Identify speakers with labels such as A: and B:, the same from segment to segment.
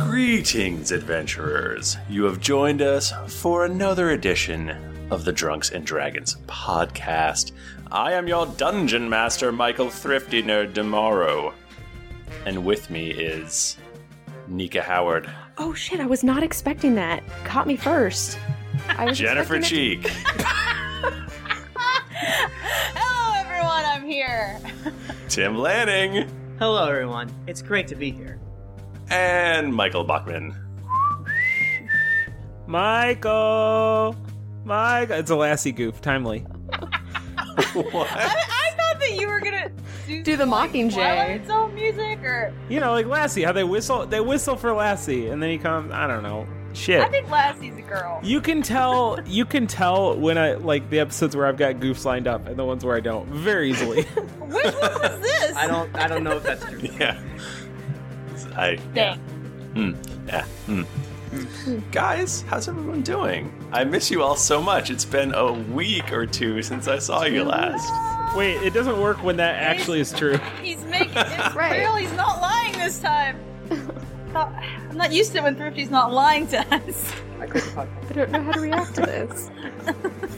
A: Greetings, adventurers. You have joined us for another edition of the Drunks and Dragons podcast. I am your dungeon master, Michael Thrifty Nerd Demaro. And with me is Nika Howard,
B: Oh shit, I was not expecting that. Caught me first. I was
A: Jennifer
B: expecting it
A: Cheek,
C: Hello, everyone. I'm here.
A: Tim Lanning,
D: Hello, everyone. It's great to be here.
A: and Michael Bachman.
E: Michael! Michael! It's a lassie goof, timely.
A: What?
C: I thought that you were gonna do,
B: Do the
C: some, like,
B: Mockingjay.
C: Twilight Zone music, or
E: You know, like Lassie, how they whistle they whistle for Lassie, and then he comes I don't know.
C: I
E: Shit.
C: think Lassie's a girl.
E: You can tell you can tell when I like the episodes where I've got goofs lined up and the ones where I don't. Very easily.
C: Which one was this?
D: I don't. I don't know if that's true.
A: Yeah. I,
C: Dang.
A: Yeah. Hmm. Guys, how's everyone doing? I miss you all so much. It's been a week or two since I saw you last.
E: Wait, it doesn't work when that actually is true.
C: He's making it's
B: Right.
C: real. He's not lying this time. Thought- I'm not used to it when Thrifty's not lying to us.
D: I quit the podcast.
B: I don't know how to react to this.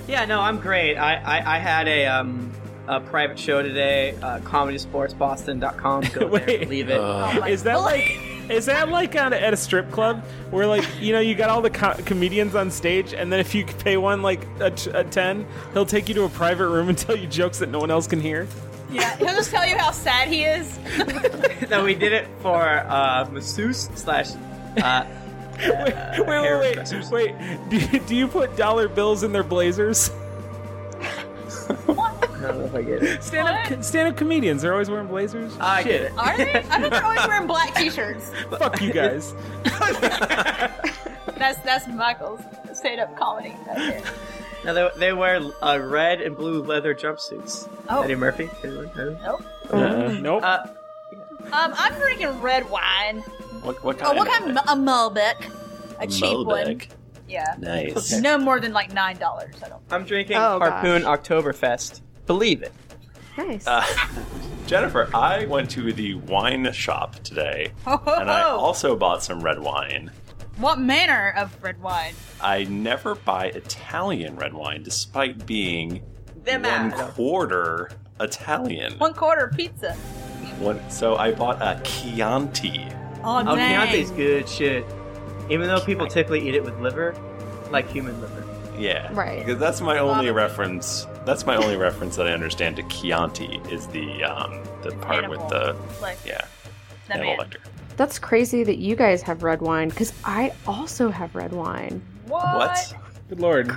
D: Yeah, no, I'm great. I, I, I had a um a private show today, uh, comedysportsboston.com. Go there,
E: Wait.
D: leave it.
C: Oh my
E: Is that
C: God.
E: like is that like on, at a strip club where like you know you got all the co- comedians on stage and then if you pay one like a, t- a ten he'll take you to a private room and tell you jokes that no one else can hear.
C: Yeah, he'll just tell you how sad he is.
D: no, we did it for uh, masseuse slash. Uh,
E: Wait, wait,
D: hair
E: wait, wait,
D: dressers.
E: wait. Do you, do you put dollar bills in their blazers?
D: I don't know if I get it.
E: Stand up,
C: What?
E: stand up comedians are always wearing blazers.
D: I get
E: Shit,
D: it.
C: Are they? I thought they're always wearing black t-shirts.
E: fuck you guys.
C: That's that's Michael's stand-up comedy. That's it.
D: No, they, they wear uh, red and blue leather jumpsuits.
C: Oh.
D: Eddie Murphy. Anyone? Anyone?
C: Nope.
A: Uh-uh.
E: Uh, nope.
D: Uh,
C: Um, I'm drinking red wine.
A: What, what
C: Oh,
A: kind?
C: what kind? Of, a Malbec. A cheap one.
A: Malbec.
C: Yeah.
A: Nice.
D: Okay.
C: No more than like nine dollars. I don't.
D: I'm drinking
B: Oh, gosh.
D: Harpoon Oktoberfest. Believe it.
B: Nice.
A: Uh, Jennifer, I went to the wine shop today,
C: Oh,
A: and I also bought some red wine.
C: what manner of red wine?
A: I never buy Italian red wine, despite being
D: Them
A: one
D: out.
A: quarter Italian.
C: One quarter pizza.
A: One- so I bought a Chianti.
C: Oh,
D: Oh,
C: dang.
D: Chianti's good shit. Even though people typically eat it with liver, like human liver.
A: Yeah.
B: Right.
A: Because that's my only
C: Probably.
A: reference. That's my only reference that I understand to Chianti is the um the part with the
C: like,
A: yeah
C: that
A: animal
C: man.
A: vector.
B: That's crazy that you guys have red wine because I also have red wine.
C: What?
A: What?
E: Good lord.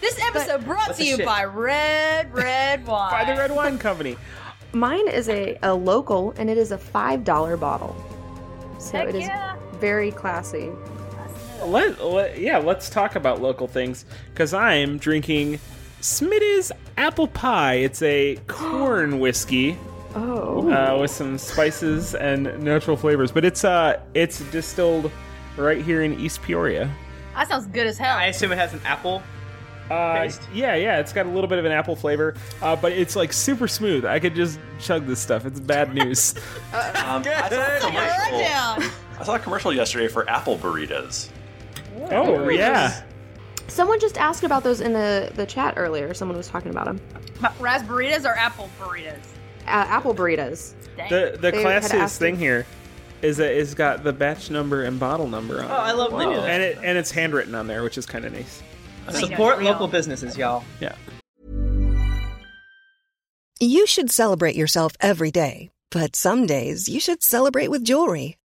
C: This episode brought
D: What
C: to
D: the
C: you
D: shit?
C: by Red Red Wine.
E: By the red wine company.
B: Mine is a, a local and it is a $5 bottle. So
C: Heck
B: it is
C: yeah.
B: very classy.
E: Let, let yeah, let's talk about local things because I'm drinking Smitty's apple pie. It's a corn whiskey.
B: Oh.
E: uh, with some spices and natural flavors. But it's uh, it's distilled right here in East Peoria.
C: That sounds good as hell.
D: I assume it has an apple.
E: Uh,
D: Taste?
E: yeah, yeah, it's got a little bit of an apple flavor, uh, but it's like super smooth. I could just chug this stuff. It's bad news.
A: Um, I, saw a
C: Red
A: commercial,
C: down.
A: I saw a commercial yesterday for apple burritos.
E: oh yeah,
B: Someone just asked about those in the, the chat earlier. Someone was talking about them.
C: Ma- Raspberries or apple burritos?
B: Uh, apple burritas.
C: Dang.
E: the the
B: They had
E: classiest
B: asked
E: thing
B: if-
E: here is that it's got the batch number and bottle number on.
D: Oh, I
E: it.
D: love they do that.
E: and it and it's handwritten on there, which is kind of nice.
D: Support
C: Real.
D: local businesses, y'all.
E: Yeah.
F: You should celebrate yourself every day, but some days you should celebrate with jewelry.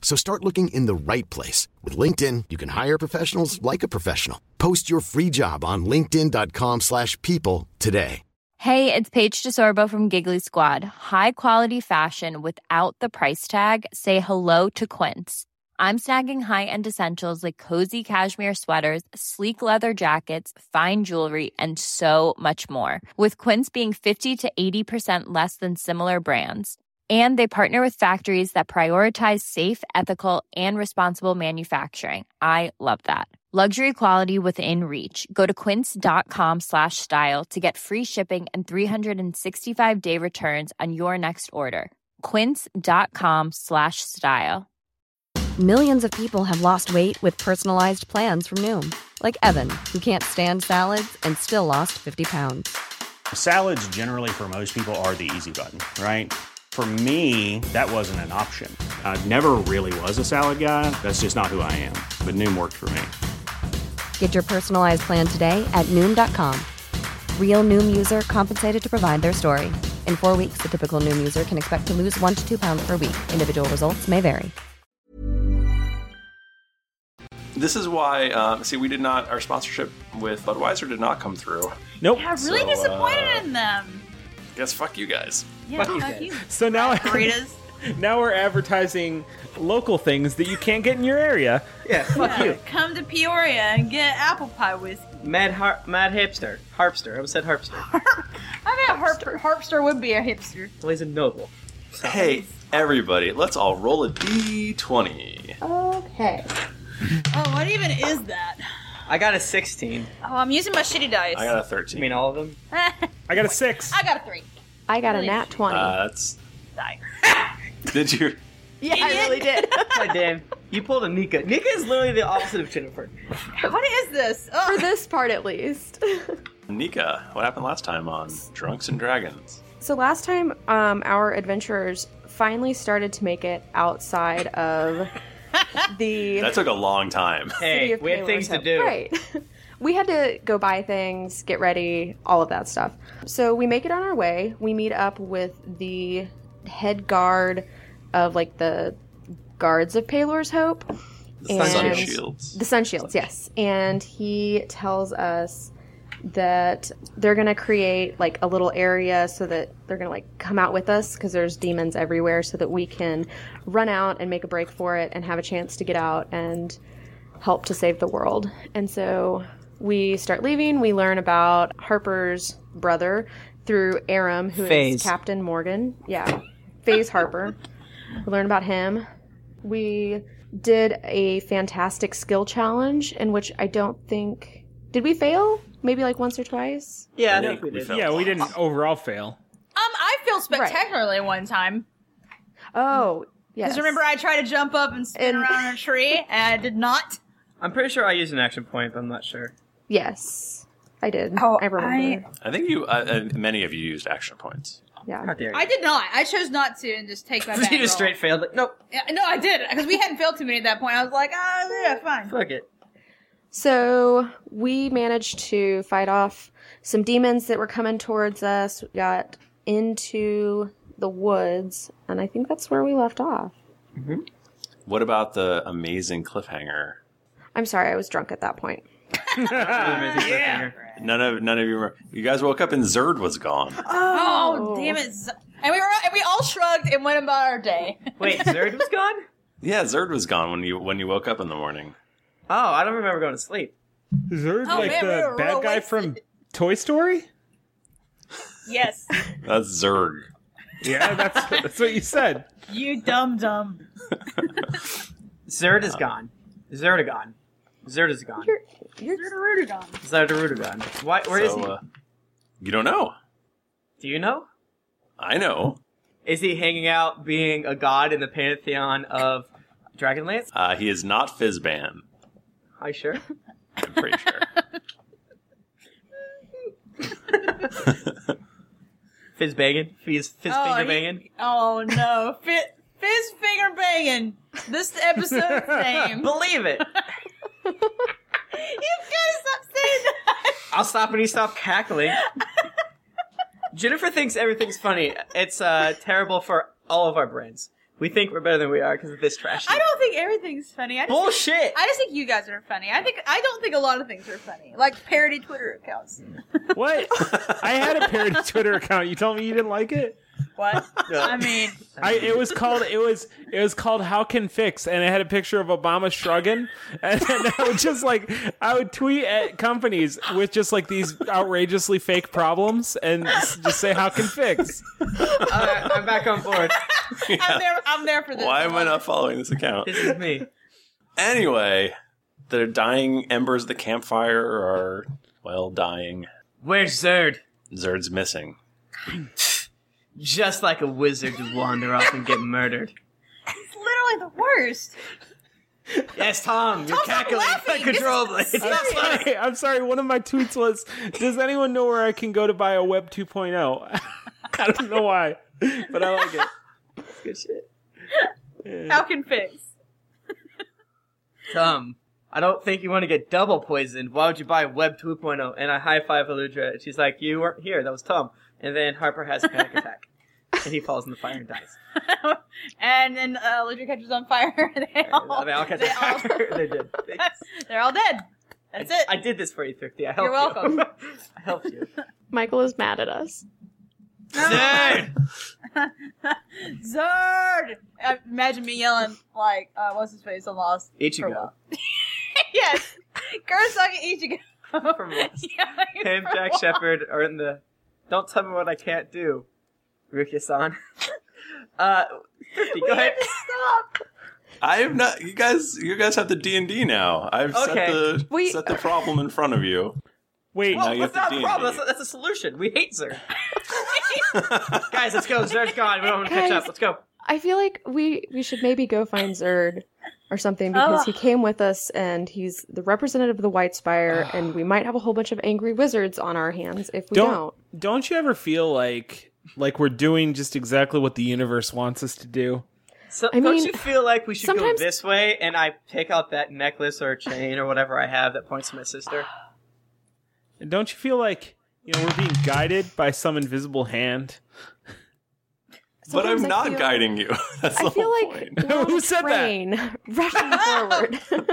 G: So start looking in the right place. With LinkedIn, you can hire professionals like a professional. Post your free job on linkedin.com/people slash people today.
H: Hey, it's Paige DeSorbo from Giggly Squad. High quality fashion without the price tag. Say hello to Quince. I'm snagging high-end essentials like cozy cashmere sweaters, sleek leather jackets, fine jewelry, and so much more. With Quince being 50 to 80% less than similar brands. And they partner with factories that prioritize safe, ethical, and responsible manufacturing. I love that. Luxury quality within reach. Go to quince.com slash style to get free shipping and 365 day returns on your next order. Quince.com slash style.
F: Millions of people have lost weight with personalized plans from Noom, like Evan, who can't stand salads and still lost 50 pounds.
I: Salads, generally, for most people, are the easy button, right? For me, that wasn't an option. I never really was a salad guy. That's just not who I am. But Noom worked for me.
F: Get your personalized plan today at Noom.com. Real Noom user compensated to provide their story. In four weeks, the typical Noom user can expect to lose one to two pounds per week. Individual results may vary.
A: This is why, um, see, we did not, our sponsorship with Budweiser did not come through.
E: Nope.
C: Yeah, really
A: So, uh,
C: disappointed in them.
A: Guess fuck you guys.
C: Yeah, fuck you.
E: So now,
C: Burritos.
E: now we're advertising local things that you can't get in your area.
D: Yeah, fuck you.
C: Come to Peoria and get apple pie whiskey.
D: Mad har- mad hipster. Harpster. I almost said harpster.
C: I bet Harp- Harpster would be a hipster.
D: Well, he's a noble.
A: Hey, everybody, let's all roll a d20.
B: Okay.
C: Oh, what even is that?
D: I got a 16.
C: Oh, I'm using my shitty dice.
A: I got a
D: You
A: 13.
D: mean all of them?
E: I got a six.
C: I got a three.
B: I got a nat 20.
A: uh, that's.
C: Um,
A: Did you?
B: yeah, I really did.
D: God damn. You pulled a Nika. Nika is literally the opposite of Jennifer.
C: What is this? Oh,
B: For this part, at least.
A: Nika, what happened last time on Drunks and Dragons?
B: So last time, um, our adventurers finally started to make it outside of the
A: That took a long time.
B: city
D: Hey,
B: of
D: we had
B: Kalos.
D: things to do.
B: Right. we had to go buy things, get ready, all of that stuff. So we make it on our way. We meet up with the head guard of like the guards of Palor's Hope.
A: The Sun
B: And-
A: shields.
B: The Sun Shields, yes. And he tells us that they're going to create like a little area so that they're going to like come out with us because there's demons everywhere so that we can run out and make a break for it and have a chance to get out and help to save the world. And so we start leaving. We learn about Harper's brother through Aram, who is
D: Faze.
B: Captain Morgan. Yeah, Faze Harper. We learn about him. We did a fantastic skill challenge in which I don't think did we fail? Maybe like once or twice.
D: Yeah, I
A: think
D: think we
A: we
D: did.
A: felt-
E: Yeah, we didn't overall
C: Um,
E: fail.
C: I feel spectacularly one time.
B: Oh, yes.
C: Because remember, I tried to jump up and spin
B: And-
C: around in a tree, and I did not.
D: I'm pretty sure I used an action point, but I'm not sure.
B: yes, I did.
C: Oh,
B: I remember.
A: I think you, uh, uh, many of you used action points.
B: Yeah.
D: How dare you?
C: I did not. I chose not to and just take my back
D: you just straight failed. Like, nope,
C: No, I did. Because we hadn't failed too many at that point. I was like, oh, yeah, fine.
D: fuck it.
B: So we managed to fight off some demons that were coming towards us. We got into the woods, and I think that's where we left off.
A: What about the amazing cliffhanger?
B: I'm sorry, I was drunk at that point.
D: Ah, yeah.
A: None of none of you were. You guys woke up and Zerd was gone.
C: Oh, damn it. Z- And we were and we all shrugged and went about our day.
D: Wait, Zerd was gone?
A: Yeah, Zerd was gone when you when you woke up in the morning.
D: Oh, I don't remember going to sleep.
E: Zerd,
C: Oh,
E: like
C: man, we
E: the
C: were
E: bad
C: real
E: guy
C: wasted.
E: from Toy Story?
C: Yes.
A: That's Zerg.
E: Yeah, that's, that's what you said.
C: you dumb dumb.
D: Zerd is gone. Zerd gone. Zerd is gone. Zerd gone. Why? Where is
A: So,
D: he?
A: uh, you don't know.
D: Do you know?
A: I know.
D: Is he hanging out being a god in the pantheon of Dragonlance?
A: Uh, he is not Fizban.
D: Are you sure?
A: I'm pretty sure.
D: Fizz banging? Fizz, fizz
C: Oh,
D: finger
C: he-
D: banging?
C: Oh no. Fit fizz finger banging. This episode's name. you
D: Believe it!
C: guys stop saying that.
D: I'll stop when you stop cackling. Jennifer thinks everything's funny. It's uh, terrible for all of our brains. We think we're better than we are because of this trash.
C: I don't think everything's funny. I just
D: Bullshit.
C: Think, I just think you guys are funny. I think I don't think a lot of things are funny, like parody Twitter accounts.
E: What? I had a parody Twitter account. You told me you didn't like it.
C: What? I mean,
E: I it was called it was it was called How Can Fix, and it had a picture of Obama shrugging, and then I would just like I would tweet at companies with just like these outrageously fake problems, and s- just say How Can Fix.
D: All right, I'm back on board.
C: I'm there. I'm there for this.
A: Why am I not following this account?
D: This is me.
A: Anyway, the dying embers of the campfire are, well, dying.
D: Where's Zerd?
A: Zerd's missing.
D: Just like a wizard to wander off and get murdered.
C: It's literally the worst.
D: Yes, Tom, you're
C: Tom's not
D: cackling
C: laughing. This is
D: uncontrollably. It's not
E: I'm sorry. I'm sorry. One of my tweets was, "Does anyone know where I can go to buy a Web 2.0?" I don't know why, but I like it.
C: How can fix?
D: Tom, I don't think you want to get double poisoned. Why would you buy Web 2.0? And I high five Aludra. and She's like, You weren't here. That was Tom. And then Harper has a panic attack. And he falls in the fire and dies.
C: and then uh, Ludwig catches on fire. they all,
D: they all catch
C: they all-
D: fire. They're dead. Thanks.
C: they're all dead. That's it.
D: I did this for you, Thrifty. I helped
C: You're welcome.
D: you. I helped you.
B: Michael is mad at us.
D: Zerd!
C: Zerd! I- Imagine me yelling like, uh, "What's his face on Lost?"
D: Ichigo.
C: yes, Kurosaki Ichigo.
D: From Lost.
C: Yeah,
D: Him, Jack Shepard are in the. Don't tell me what I can't do, Rukia san. uh, Thrifty, go ahead.
C: Stop.
A: I have not. You guys, you guys have the D and D now. I've set
D: Okay.
A: the
B: We-
A: set the problem in front of you.
E: Wait,
A: Now
D: Well,
A: you
D: what's
A: have
D: not
A: to
D: a
A: D&D.
D: problem? That's a, that's a solution. We hate Zerd. Guys, let's go. Zerd's gone. We don't want to catch
B: Guys.
D: up. Let's go.
B: I feel like we we should maybe go find Zerd or something
D: Oh.
B: because he came with us and he's the representative of the White Spire and we might have a whole bunch of angry wizards on our hands if we don't.
E: don't don't you ever feel like like we're doing just exactly what the universe wants us to do?
D: So,
B: I
D: don't
B: mean,
D: you feel like we should
B: sometimes-
D: go this way? And I pick out that necklace or chain or whatever I have that points to my sister.
E: And don't you feel like you know we're being guided by some invisible hand?
B: Sometimes
A: but
B: I
A: I'm not
B: feel-
A: guiding you. That's the
B: I feel
A: whole
B: like
A: point.
B: we're on
E: Who
B: a
E: said that?
B: train rushing forward.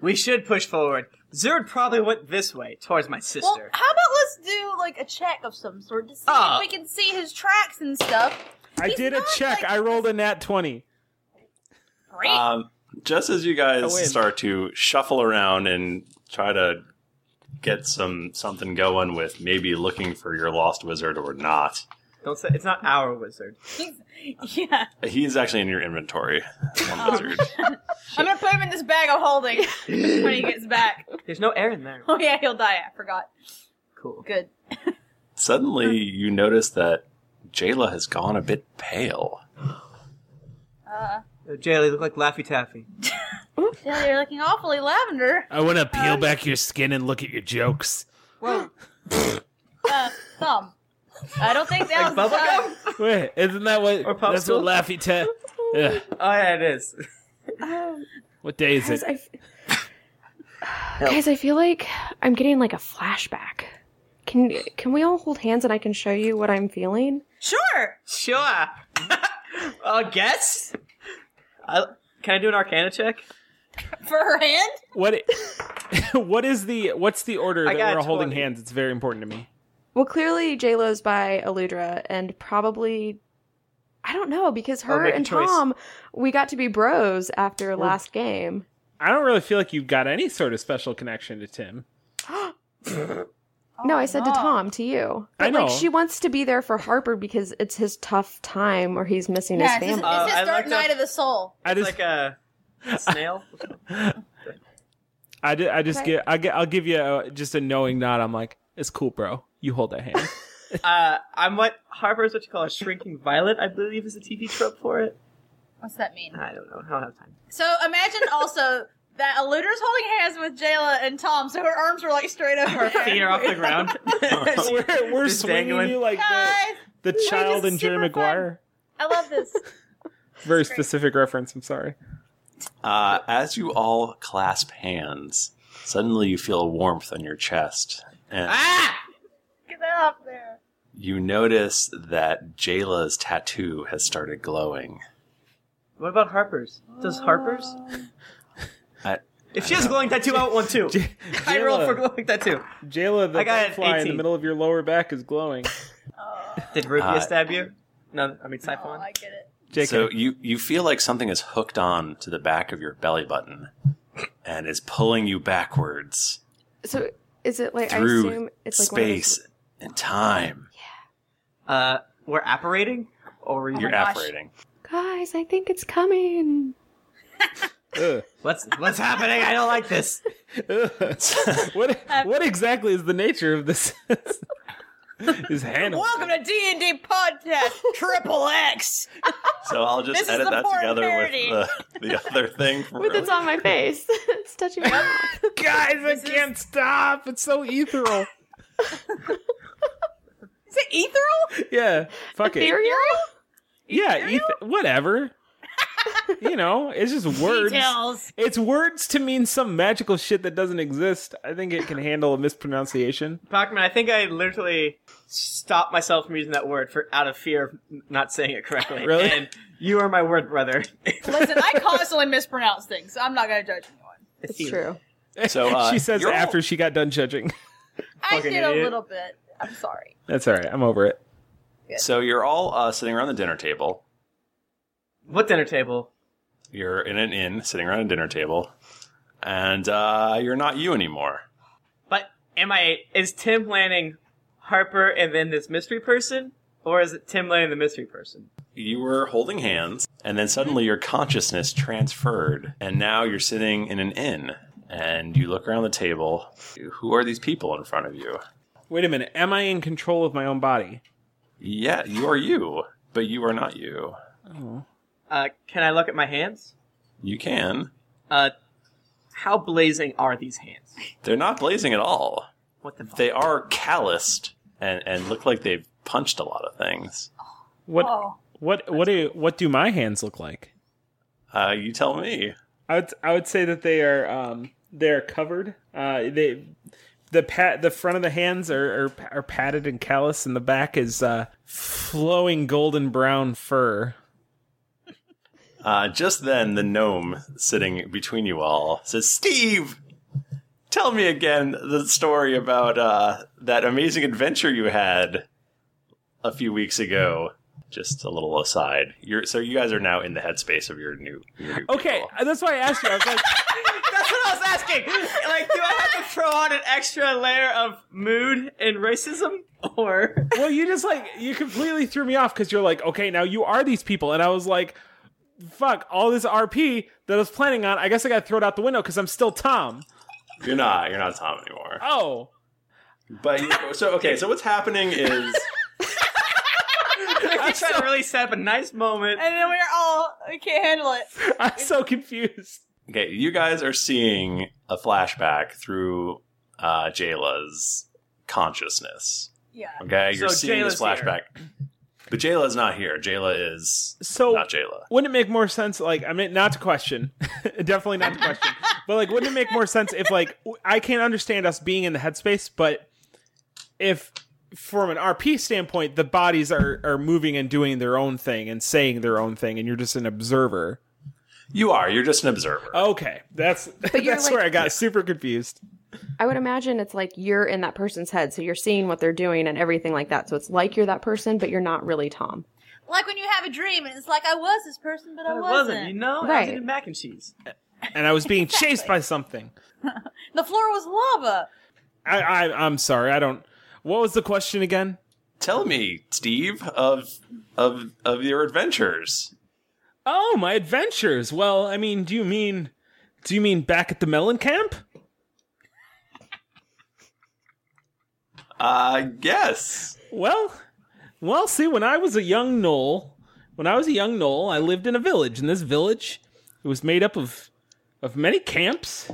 D: We should push forward. Zerd probably went this way towards my
C: Well,
D: sister.
C: how about let's do like a check of some sort to see
D: Ah.
C: if we can see his tracks and stuff.
E: I
C: He's
E: did a
C: not,
E: check.
C: like-
E: I rolled a nat twenty.
C: Great.
A: Um, just as you guys
E: I win.
A: start to shuffle around and try to get some something going with maybe looking for your lost wizard or not,
D: Don't say it's not our wizard. Ah.
C: yeah,
A: he's actually in your inventory. One wizard.
C: I'm gonna put him in this bag I'm holding when he gets back.
D: There's no air in there.
C: Oh yeah, he'll die. I forgot.
D: Cool.
C: Good.
A: Suddenly, you notice that Jayla has gone a bit pale.
D: Uh, Jaylee look like Laffy Taffy.
C: Yeah, you're looking awfully lavender.
E: I want to
B: Um,
E: peel back your skin and look at your jokes.
C: Whoa. uh, thumb. I don't think that was the time.
D: Bubblegum?
E: Wait, isn't that what?
D: Or
E: That's what
D: popsicle?
E: Laffy Tat.
D: Oh yeah, it is.
C: Um,
E: What day is
B: guys,
E: it?
B: I f- guys, I feel like I'm getting like a flashback. Can can we all hold hands and I can show you what I'm feeling?
C: Sure.
D: Sure. I guess. I, can I do an Arcana check?
C: For her hand?
E: What? i- what is the? What's the order
D: I
E: that
D: got
E: we're holding
D: 20.
E: hands? It's very important to me.
B: Well, clearly J Lo's by Aludra, and probably I don't know because her
D: make a
B: and
D: choice.
B: Tom, we got to be bros after last game.
E: I don't really feel like you've got any sort of special connection to Tim.
B: no, I said to
C: no.
B: Tom, to you.
E: I
B: But,
E: know.
B: Like she wants to be there for Harper because it's his tough time or he's missing
C: Yeah,
B: his
C: it's his,
B: family.
D: Uh,
C: it's his
D: I
C: dark
D: like that-
C: night of the soul.
E: I
D: It's
E: just,
D: like a snail.
E: I, ju- I just
B: Okay.
E: get, I get, I'll give you a, just a knowing nod. I'm like, it's cool, bro. You hold that hand.
D: Uh, I'm what Harper is what you call a shrinking violet, I believe is the TV trope for it.
C: What's that mean?
D: I don't know. I don't have time.
C: So imagine also that Eluder's holding hands with Jayla and Tom, so her arms are like straight over her.
D: Feet are off the ground.
E: we're we're
D: Just
E: swinging
D: dangling.
E: you like the,
C: Guys,
E: the child
C: just
E: in
C: super
E: Jerry
C: fun.
E: Maguire.
C: I love this.
E: Very specific reference. I'm sorry.
A: Uh, as you all clasp hands, suddenly you feel a warmth on your chest, and
D: ah!
C: Get that off there.
A: you notice that Jayla's tattoo has started glowing.
D: What about Harper's? Does Harper's?
C: Oh.
A: I-
D: if she has a glowing tattoo, I want one too. I rolled for glowing tattoo.
E: Jayla, the
D: I got an
E: fly in the
D: 18.
E: middle of your lower back is glowing.
D: Did Rupia
A: Uh,
D: stab you? No, I mean
C: Oh,
D: Siphon.
C: I get it.
E: Jacob,
A: So you you feel like something is hooked on to the back of your belly button and is pulling you backwards
B: So is it like I
A: through
B: assume it's like one of those-
A: space and time.
D: Uh, we're apparating, or
A: You're
D: you
C: Oh gosh.
A: apparating.
B: Guys, I think it's coming.
E: ugh.
D: what's what's happening? I don't like this.
E: what what exactly is the nature of this? is Hannah?
C: Welcome to D and D podcast Triple X.
A: So I'll just
C: This is
A: edit
C: the
A: that
C: porn
A: together
C: parody.
A: with the, the other thing. from
B: With it's
A: earlier.
B: on my face. it's touching my mouth.
E: Guys, I can't stop. It's so ethereal.
C: Is it ethereal?
E: Yeah, fuck it.
B: Ethereal?
E: Yeah, eth- whatever. you know, it's just words.
C: Details.
E: It's words to mean some magical shit that doesn't exist. I think it can handle a mispronunciation.
D: Bachman, I think I literally stopped myself from using that word for out of fear of n- not saying it correctly.
E: Really?
D: And you are my word brother.
C: Listen, I constantly mispronounce things, so I'm not gonna judge anyone.
B: It's true.
A: So, uh,
E: she says
A: you're all-
E: after she got done judging.
C: I
D: Fucking
C: did
D: idiot.
C: a little bit. I'm sorry.
E: That's all right. I'm over it.
A: So you're all uh, sitting around the dinner table.
D: What dinner table?
A: You're in an inn, sitting around a dinner table, and uh, you're not you anymore.
D: But am I? Is Tim Lanning Harper and then this mystery person, or is it Tim Lanning the mystery person?
A: You were holding hands, and then suddenly your consciousness transferred, and now you're sitting in an inn, and you look around the table. Who are these people in front of you?
E: Wait a minute. Am I in control of my own body?
A: Yeah, you are you, but you are not you.
D: Uh, can I look at my hands?
A: You can.
D: Uh, how blazing are these hands?
A: They're not blazing at all.
D: What the? Fuck?
A: They are calloused and, and look like they've punched a lot of things.
E: What
C: Oh,
E: what what do what do my hands look like?
A: Uh, you tell me.
E: I would I would say that they are um they're covered. Uh they the pat the front of the hands are are, are padded and callous and the back is uh flowing golden brown fur.
A: Uh, just then, the gnome sitting between you all says, Steve, tell me again the story about uh, that amazing adventure you had a few weeks ago. Just a little aside. You're, so you guys are now in the headspace of your new. Your new
E: Okay,
A: people.
E: that's why I asked you. I was like,
D: That's what I was asking. Like, do I have to throw on an extra layer of mood and racism, or
E: well, you just like you completely threw me off because you're like, okay, now you are these people, and I was like, fuck, all this RP that I was planning on, I guess I got to throw it out the window because I'm still Tom.
A: You're not. You're not Tom anymore.
E: Oh,
A: But you- so okay. So what's happening is
D: I'm trying to really set up a nice moment?
C: and then we're all we can't handle it.
E: I'm so confused.
A: okay. You guys are seeing a flashback through uh, Jayla's consciousness.
C: Yeah.
A: Okay, you're
D: So
A: seeing this
D: Jayla's here.
A: flashback. But Jayla's not here. Jayla is
E: So
A: not Jayla.
E: wouldn't it make more sense like i mean not to question definitely not to question but like wouldn't it make more sense if like w- i can't understand us being in the headspace but if from an rp standpoint the bodies are are moving and doing their own thing and saying their own thing and you're just an observer
A: You are. You're just an observer.
E: okay that's
B: you're,
E: that's
B: like-
E: where i got super confused
B: I would imagine it's like you're in that person's head, so you're seeing what they're doing and everything like that. So it's like you're that person, but you're not really Tom.
C: Like when you have a dream and it's like I was this person, but, I
D: It
C: wasn't.
D: wasn't, you know. I was
B: Right.
D: eating mac and cheese.
E: and i was being chased by something
C: The floor was lava.
E: I, I i'm sorry i don't what was the question again
A: Tell me, Steve, of of of your adventures.
E: oh my adventures well i mean do you mean do you mean back at the melon camp
A: Uh yes.
E: Well, well, see, when I was a young knoll, when I was a young knoll, I lived in a village. And this village, it was made up of of many camps,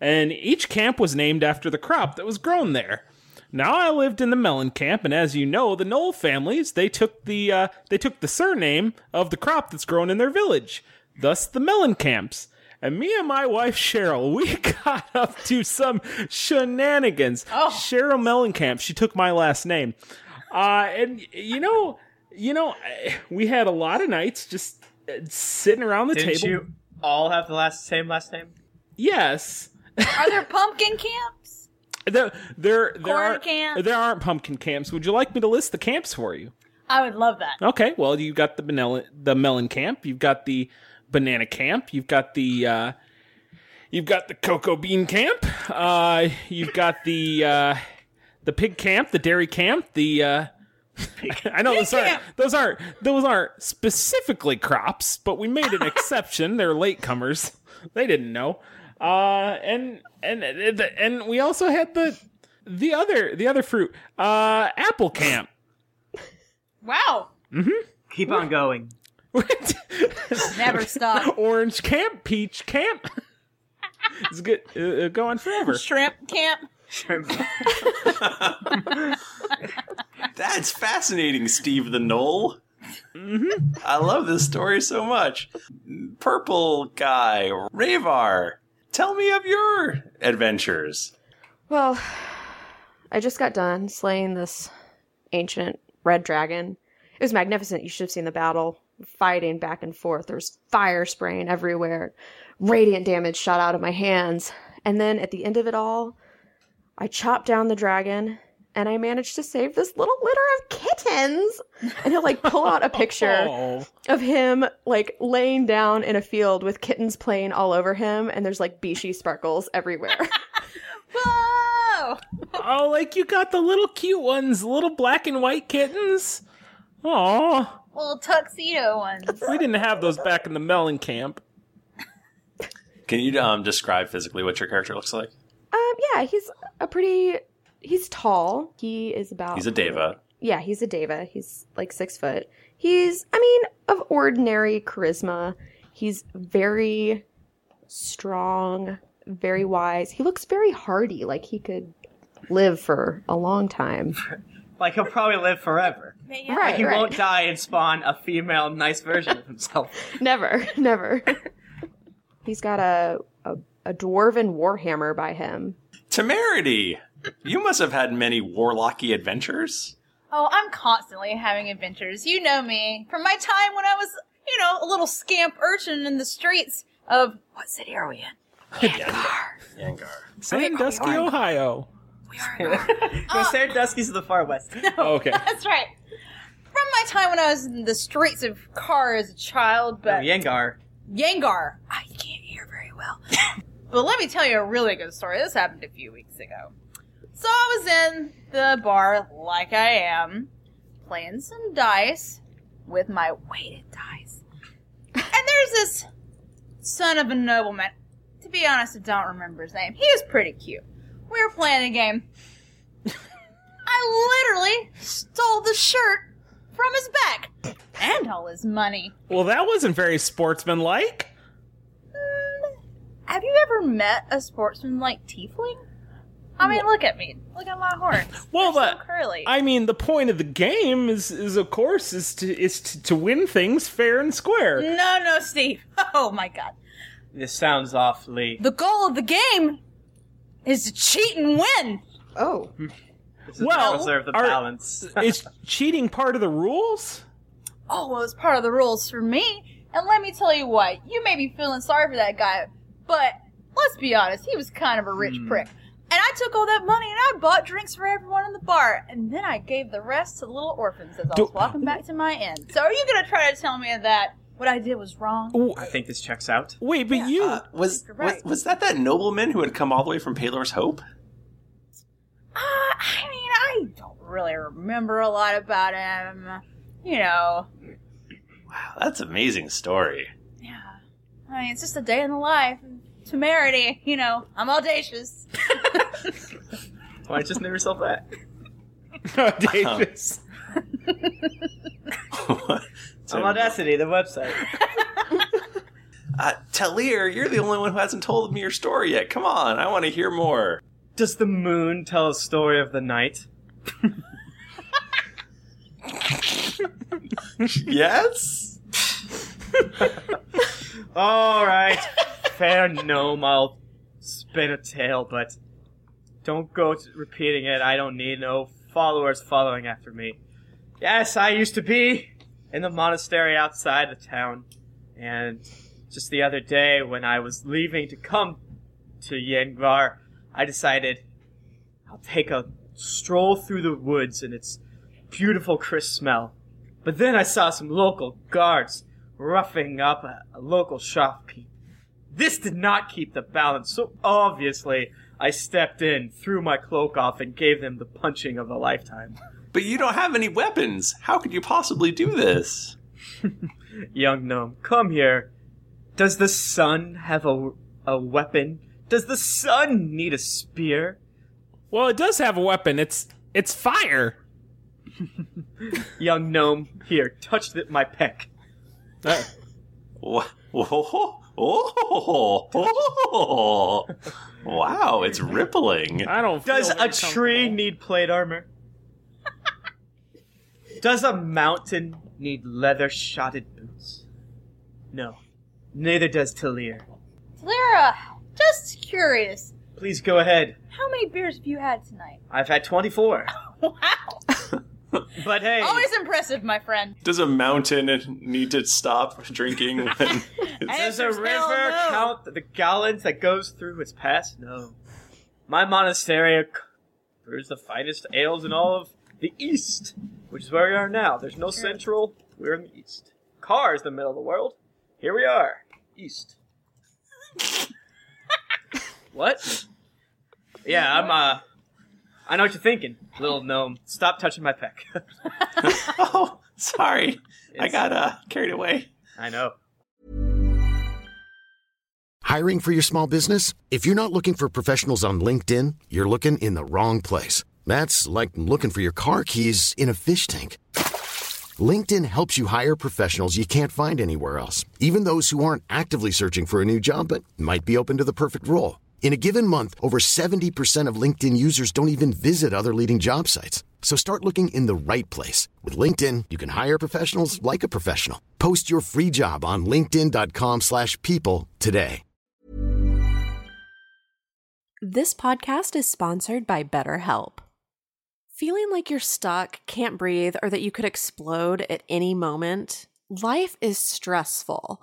E: and each camp was named after the crop that was grown there. Now I lived in the melon camp, and as you know, the knoll families they took the uh, they took the surname of the crop that's grown in their village, thus the melon camps. And me and my wife Cheryl, we got up to some shenanigans. Oh. Cheryl Mellencamp, she took my last name uh, and you know, you know, I- we had a lot of nights just sitting around the
D: Didn't
E: table.
D: you all have the last same last name?
E: Yes.
C: Are there pumpkin camps?
E: There, there, there,
C: Corn
E: are,
C: camps.
E: there aren't pumpkin camps. Would you like me to list the camps for you?
C: I would love that.
E: Okay, well, you've got the banana, the melon camp. You've got the banana camp. You've got the uh, you've got the cocoa bean camp. Uh, you've got the uh, the pig camp, the dairy camp, the uh, I know those aren't those aren't those aren't specifically crops, but we made an exception. They're latecomers. They didn't know. Uh, and and and we also had the the other the other fruit uh, apple camp. Mm-hmm.
C: Wow.
D: Keep on going.
C: Never stop.
E: orange camp, peach camp. it's good. uh, Uh, go on forever.
C: Shrimp camp.
A: That's fascinating, Steve the Knoll.
D: Mm-hmm.
A: I love this story so much. Purple guy, Ravar, tell me of your adventures.
B: Well, I just got done slaying this ancient red dragon. It was magnificent. You should have seen the battle, fighting back and forth. There was fire spraying everywhere. Radiant damage shot out of my hands. And then at the end of it all, I chopped down the dragon and I managed to save this little litter of kittens. And he'll like pull out a picture
E: Oh,
B: of him like laying down in a field with kittens playing all over him and there's like Bishi sparkles everywhere.
C: Whoa!
E: oh, like you got the little cute ones, little black and white kittens. Oh,
C: Little tuxedo ones.
E: we didn't have those back in the melon camp.
A: Can you um, describe physically what your character looks like?
B: Um, yeah, he's a pretty. He's tall. He is about.
A: He's a Deva.
B: Yeah, he's a deva. He's like six foot. He's, I mean, of ordinary charisma. He's very strong, very wise. He looks very hardy. Like he could live for a long time.
D: Like he'll probably live forever.
B: Right.
D: He won't die and spawn a female nice version of himself.
B: Never, never. he's got a, a a dwarven warhammer by him.
A: Temerity! You must have had many warlocky adventures.
C: Oh, I'm constantly having adventures. You know me. From my time when I was, you know, a little scamp urchin in the streets of. What city are we in?
A: Yangar.
E: Sandusky, Ohio.
B: Oh.
D: No, Sandusky's in the far west.
E: Okay.
C: That's right. From my time when I was in the streets of Kar as a child,
D: Oh,
C: but.
D: Yengar.
C: Yangar. I can't hear very well. but let me tell you a really good story. This happened a few weeks ago. So I was in the bar, like I am, playing some dice with my weighted dice. And there's this son of a nobleman. To be honest, I don't remember his name. He was pretty cute. We were playing a game. I literally stole the shirt from his back and all his money.
E: Well, that wasn't very sportsmanlike.
C: Hmm, Have you ever met a sportsman like Tiefling? I mean, look at me. Look at my horns.
E: Well,
C: They're so
E: but-
C: curly.
E: I mean, the point of the game is, is of course, is to is to, to win things fair and square.
C: No, no, Steve. Oh my God.
D: This sounds awfully.
C: The goal of the game is to cheat and win.
B: Oh,
D: This is
E: Well,
D: to preserve the
E: our-
D: balance.
E: is cheating part of the rules?
C: Oh, well, it's part of the rules for me. And let me tell you what. You may be feeling sorry for that guy, but let's be honest. He was kind of a rich prick. And I took all that money and I bought drinks for everyone in the bar, and then I gave the rest to the little orphans as I was
E: Do-
C: walking back to my inn. So are you gonna try to tell me that what I did was wrong?
D: I think this checks out.
E: Wait, but you
A: Uh, was,
C: You're
A: was
C: right.
A: was that that nobleman who had come all the way from Palor's Hope?
C: Uh, I mean, I don't really remember a lot about him. You know,
A: Wow, that's an amazing story.
C: yeah. I mean, it's just a day in the life. Temerity, you know, I'm audacious.
D: Why don't you Oh, just name yourself that?
E: audacious.
D: On Audacity, the website.
A: Uh, Talir, you're the only one who hasn't told me your story yet. Come on, I want to hear more.
D: Does the moon tell a story of the night?
A: Yes?
D: All right, fair gnome, I'll spin a tale, but don't go to repeating it. I don't need no followers following after me. Yes, I used to be in the monastery outside the town. And just the other day, when I was leaving to come to Yangvar, I decided I'll take a stroll through the woods and its beautiful crisp smell. But then I saw some local guards roughing up a, a local shopkeep. This did not keep the balance, so obviously I stepped in, threw my cloak off, and gave them the punching of a lifetime.
A: But you don't have any weapons. How could you possibly do this?
D: Young gnome, come here. Does the sun have a, a weapon? Does the sun need a spear?
J: Well, it does have a weapon. It's it's fire.
D: Young gnome, here, touch th- my peck.
A: Wha- Oh, oh, oh, oh. Wow, it's rippling.
J: I don't.
D: Does a tree need plate armor? Does a mountain need leather shotted boots? No. Neither does Talir.
C: Lyra, just curious,
D: Please go ahead.
C: how many beers have you had tonight?
D: I've had 24.
C: Wow. Oh,
D: But hey,
C: Always impressive, my friend.
A: Does a mountain need to stop drinking? When...
D: does a
C: Answers,
D: river
C: hell no.
D: count the gallons that goes through its pass? No. My monastery c- brews the finest ales in all of the East, which is where we are now. There's no central. We're in the East. Car is the middle of the world. Here we are. East. what? Yeah, I'm, uh. I know what you're thinking, little gnome. Stop touching my peck.
A: oh, sorry. I got uh, carried away.
D: I know.
G: Hiring for your small business? If you're not looking for professionals on LinkedIn, you're looking in the wrong place. That's like looking for your car keys in a fish tank. LinkedIn helps you hire professionals you can't find anywhere else, even those who aren't actively searching for a new job but might be open to the perfect role. In a given month, over 70% of LinkedIn users don't even visit other leading job sites. So start looking in the right place. With LinkedIn, you can hire professionals like a professional. Post your free job on linkedin.com/people slash people today.
K: This podcast is sponsored by BetterHelp. Feeling like you're stuck, can't breathe, or that you could explode at any moment? Life is stressful.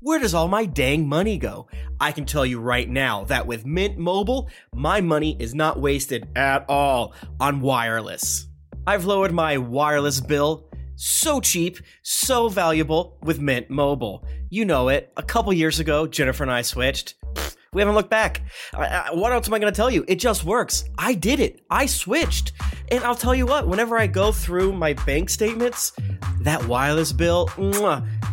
L: Where does all my dang money go? I can tell you right now that with Mint Mobile, my money is not wasted at all on wireless. I've lowered my wireless bill. So cheap, so valuable with Mint Mobile. You know it. A couple years ago, Jennifer and I switched. Pfft, we haven't looked back. I- I- what else am I going to tell you? It just works. I did it. I switched. And I'll tell you what, whenever I go through my bank statements, that wireless bill, mwah,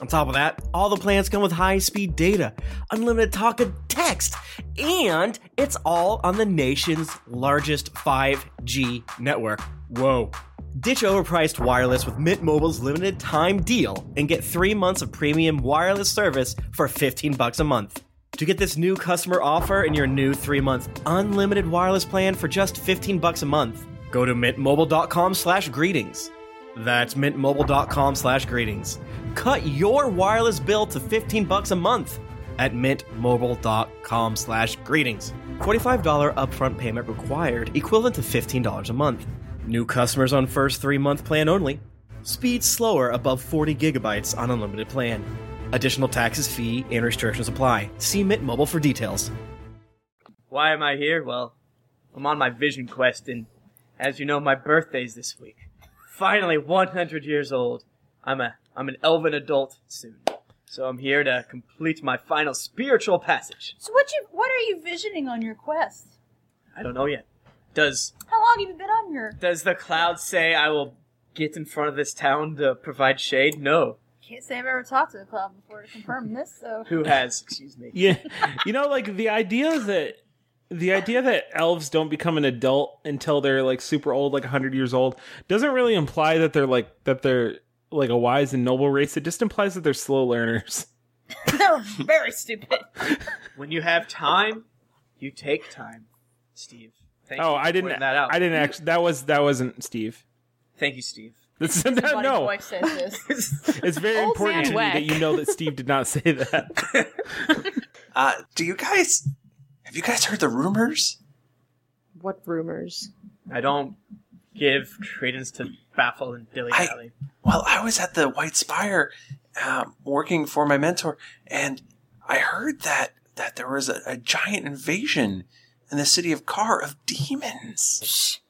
L: On top of that, all the plans come with high-speed data, unlimited talk and text, and it's all on the nation's largest 5G network. Whoa. Ditch overpriced wireless with Mint Mobile's limited time deal and get 3 months of premium wireless service for 15 bucks a month. To get this new customer offer and your new 3-month unlimited wireless plan for just 15 bucks a month, go to mintmobile.com/greetings. slash greetings. That's mintmobile.com slash greetings. Cut your wireless bill to 15 bucks a month at mintmobile.com slash greetings. $45 upfront payment required, equivalent to $15 a month. New customers on first three month plan only. Speed slower above 40 gigabytes on unlimited plan. Additional taxes, fee, and restrictions apply. See Mint Mobile for details.
D: Why am I here? Well, I'm on my vision quest, and as you know, my birthday's this week. Finally, 100 years old. I'm a I'm an elven adult soon, so I'm here to complete my final spiritual passage.
C: So what you what are you visioning on your quest?
D: I don't know yet. Does
C: How long have you been on your
D: does the cloud say I will get in front of this town to provide shade? No.
C: Can't say I've ever talked to the club before to confirm this, so
D: Who has? Excuse me.
E: Yeah, you know, like the idea that the idea that elves don't become an adult until they're like super old, like hundred years old, doesn't really imply that they're like that they're like a wise and noble race. It just implies that they're slow learners.
C: they're very stupid.
D: When you have time, you take time, Steve. Thank
E: oh,
D: you
E: I
D: for
E: didn't.
D: pointing that out.
E: I didn't actually. That was that wasn't Steve.
D: Thank you, Steve.
E: That's, no, no.
C: wife says this.
E: it's very
C: Old
E: important
C: man
E: to me
C: whack.
E: that you know that Steve did not say that.
A: Uh, do you guys have you guys heard the rumors?
B: What rumors?
D: I don't give credence to Baffle and Dilly
A: I-
D: Dally.
A: Well, I was at the White Spire um, working for my mentor, and I heard that that there was a, a giant invasion in the city of Car of demons.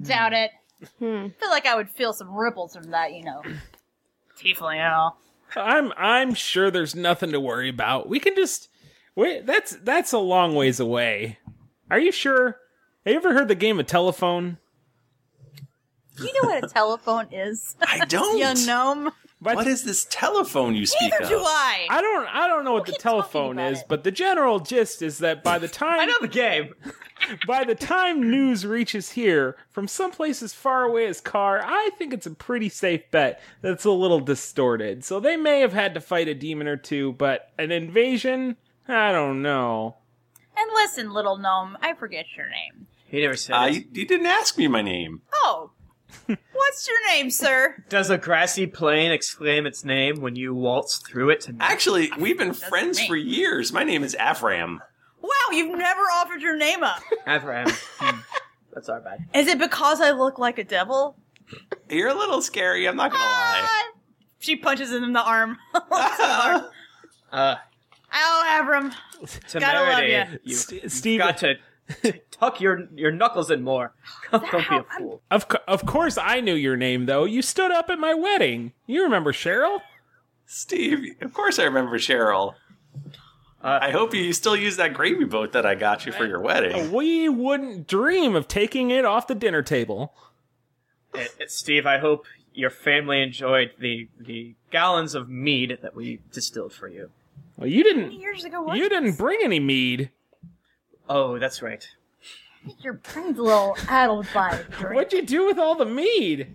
C: Doubt it.
B: Hmm.
C: feel like I would feel some ripples from that, you know. Tiefling and all.
E: I'm I'm sure there's nothing to worry about. We can just wait. That's that's a long ways away. Are you sure? Have you ever heard the game of telephone?
C: Do you know what a telephone is?
A: I don't.
C: you gnome.
A: what is this telephone you speak
C: Neither
A: of?
C: do I.
E: I don't I don't know what the telephone is, but the general gist is that by the time
D: I know the game.
E: by the time news reaches here from someplace as far away as Car, I think it's a pretty safe bet that's a little distorted. So they may have had to fight a demon or two, but an invasion, I don't know.
C: And listen, little gnome, I forget your name.
D: He never said
A: Uh,
D: it.
A: you, you didn't ask me my name.
C: Oh. What's your name, sir?
D: Does a grassy plain exclaim its name when you waltz through it to me?
A: Actually, we've been
C: That's
A: friends
C: me.
A: for years. My name is Afram.
C: Wow, you've never offered your name up.
D: Abraham. Hmm. That's our bad.
C: Is it because I look like a devil?
A: You're a little scary. I'm not gonna lie.
C: Ah! She punches him in the arm. Ow,
D: Uh,
C: Abram. love
D: temerity. You,
E: St-
D: you
E: Steve,
D: got to t- tuck your your knuckles in more. Don't be a fool.
E: of co- of course I knew your name though. You stood up at my wedding. You remember Cheryl?
A: Steve, of course I remember Cheryl.
D: Uh,
A: I hope you still use that gravy boat that I got you for your wedding.
E: We wouldn't dream of taking it off the dinner table.
D: Uh, Steve, I hope your family enjoyed the the gallons of mead that we distilled for you.
E: Well, you didn't
C: Years ago, what?
E: you didn't bring any mead.
D: Oh, that's right.
C: Your brain's a little addled by drink.
E: What'd you do with all the mead?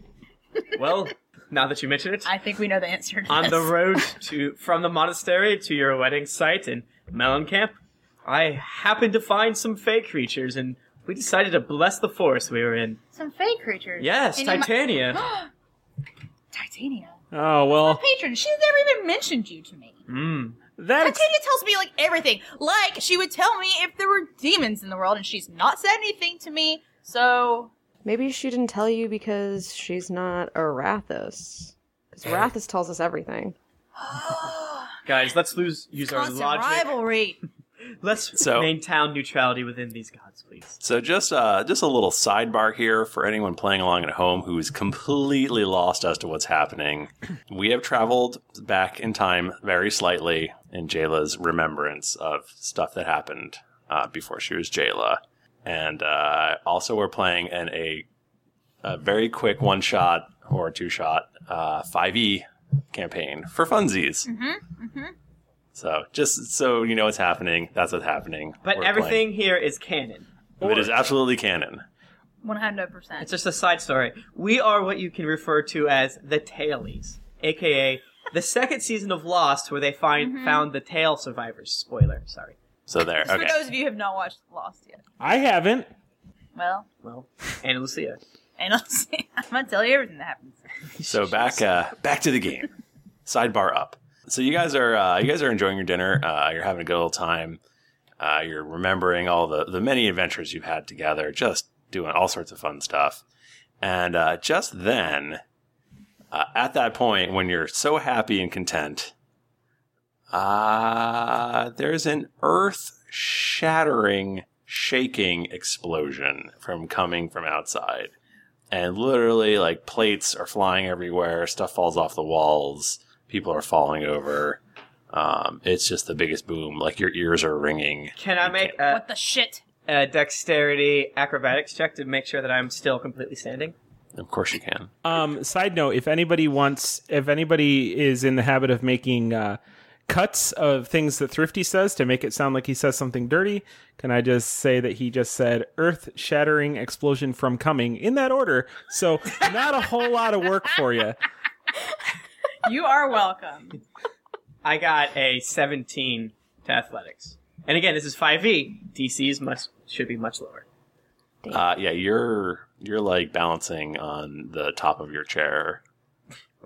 D: Well, now that you mention it,
C: I think we know the answer to
D: on
C: this.
D: the road to from the monastery to your wedding site in Mellencamp, I happened to find some fake creatures and We decided to bless the forest we were in.
C: Some fake creatures.
D: Yes,
C: you mi-
D: Titania.
C: Titania.
E: Oh well.
C: Patron, she's never even mentioned you to me.
E: Mm. That's
C: Titania tells me like everything. Like she would tell me if there were demons in the world, and she's not said anything to me. So
B: Maybe she didn't tell you because she's not Arathis. Because Arathis tells us everything.
D: Guys, let's lose use our
C: constant
D: logic.
C: rivalry.
D: Let's
A: So-
D: maintain neutrality within these gods, please.
A: So just uh, just a little sidebar here for anyone playing along at home who is completely lost as to what's happening. We have traveled back in time very slightly in Jayla's remembrance of stuff that happened uh, before she was Jayla, and uh, also we're playing in a, a very quick one shot or two shot five E campaign for funsies.
C: Mm-hmm. Mm-hmm.
A: So just so you know what's happening, that's what's happening.
D: But
A: We're
D: everything here is canon.
A: playing. it is absolutely canon.
C: One hundred percent.
D: It's just a side story. We are what you can refer to as the Tailies, aka the second season of Lost, where they find
C: Mhm.
D: found the tail survivors. Spoiler, sorry.
A: So there.
C: For those of you who have not watched Lost yet,
E: I haven't.
C: well,
D: Well, Anna Lucia.
C: and I'll say, I'm gonna tell you everything that happens.
A: So back uh, back to the game. Sidebar up. So you guys are uh, you guys are enjoying your dinner. Uh, you're having a good old time. Uh, you're remembering all the the many adventures you've had together, just doing all sorts of fun stuff. And uh, just then, uh, at that point when you're so happy and content, uh, there's an earth shattering, shaking explosion from coming from outside and literally like plates are flying everywhere stuff falls off the walls people are falling over um, it's just the biggest boom like your ears are ringing
D: Can I make a,
C: What the shit?
D: a dexterity acrobatics check to make sure that I'm still completely standing?
A: of course you can
E: Um, side note: If anybody wants, if anybody is in the habit of making uh, cuts of things that Thrifty says to make it sound like he says something dirty, can I just say that he just said "earth-shattering explosion from coming" in that order? So not a whole lot of work for you.
C: You are welcome.
D: I got a 17 to athletics. And again, this is E. 5e. DC's much should be much lower.
A: uh, yeah you're you're like balancing on the top of your chair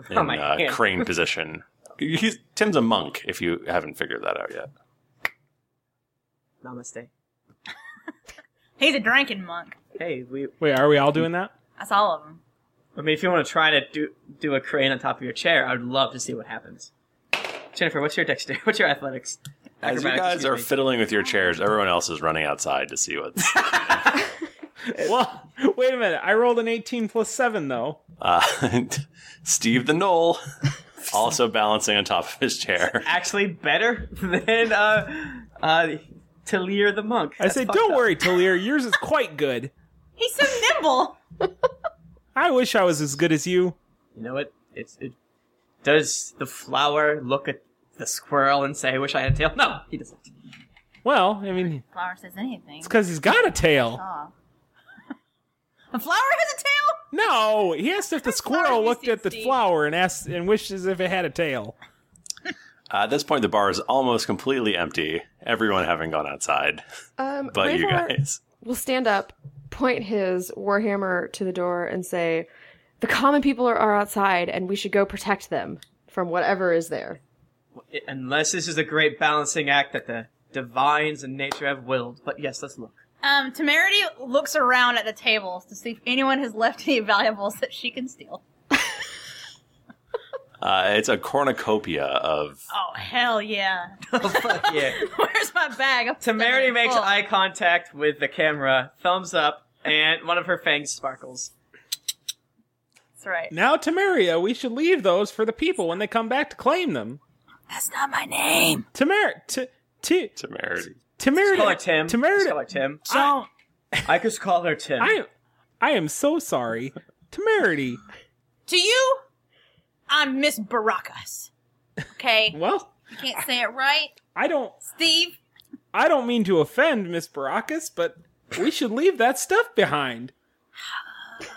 A: in
D: Oh, my
A: uh,
D: hand.
A: crane position He's, tim's a monk if you haven't figured that out yet
D: Namaste.
C: He's a drinking monk.
D: Hey, we.
E: Wait, are we all doing that?
C: That's all of them.
D: I mean, if you want to try to do do a crane on top of your chair, I would love to see what happens. Jennifer, what's your dexterity? What's your athletics?
A: as you
D: Acrobatics,
A: guys
D: excuse
A: are
D: me.
A: fiddling with your chairs everyone else is running outside to see what's
E: Well, wait a minute. I rolled an eighteen plus seven though.
A: Uh, Steve the Knoll, also balancing on top of his chair.
D: actually better than uh, uh, Talir the monk.
E: I said, "Don't worry, Talir. Yours is quite good.
C: He's so nimble.
E: I wish I was as good as you."
D: You know what? It's it. Does the flower look at the squirrel and say, "I wish I had a tail"? No, he doesn't.
E: Well, I mean,
C: Flower says anything.
E: it's because he's got a tail.
C: Aw. a flower has a tail.
E: No, he asked if the
C: sorry,
E: squirrel looked
C: Mr.
E: at the
C: Steve.
E: flower and asked and wished as if it had a tail.
A: Uh, at this point, the bar is almost completely empty. Everyone having gone outside,
B: Um,
A: but you
B: Ravar
A: guys.
B: will stand up, point his warhammer to the door, and say, "The common people are, are outside, and we should go protect them from whatever is there."
D: Unless this is a great balancing act that the divines and nature have willed. But yes, let's look.
C: Um, Temerity looks around at the tables to see if anyone has left any valuables that she can steal.
A: Uh, it's a cornucopia of.
C: Oh hell yeah!
D: Oh fuck yeah!
C: Where's my bag? I'm
D: Temerity
C: stuffed
D: makes
C: full.
D: eye contact with the camera, thumbs up, and one of her fangs sparkles.
C: That's right.
E: Now, Tamaria, we should leave those for the people when they come back to claim them.
C: That's not my name.
E: Tamer, t- t-
A: Temerity.
D: Just call her
E: Tamerida,
D: Tim. Just call her
E: Tamerida,
D: Tim.
C: Don't.
D: I could just call her Tim.
E: I, I am so sorry, Tamerity.
C: To you, I'm Miss Baracus. Okay,
E: Well,
C: you can't say it right,
E: I don't,
C: Steve.
E: I don't mean to offend Miss Baracus, but we should leave that stuff behind.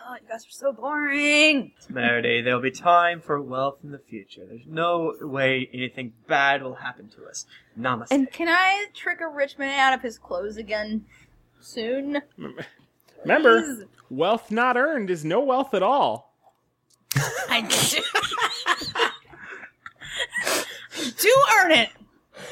C: Oh, you guys are so boring.
D: Temerity, there'll be time for wealth in the future. There's no way anything bad will happen to us. Namaste.
C: Can I trick a rich man out of his clothes again? soon.
E: Remember, wealth not earned is no wealth at all.
C: I do. I do earn it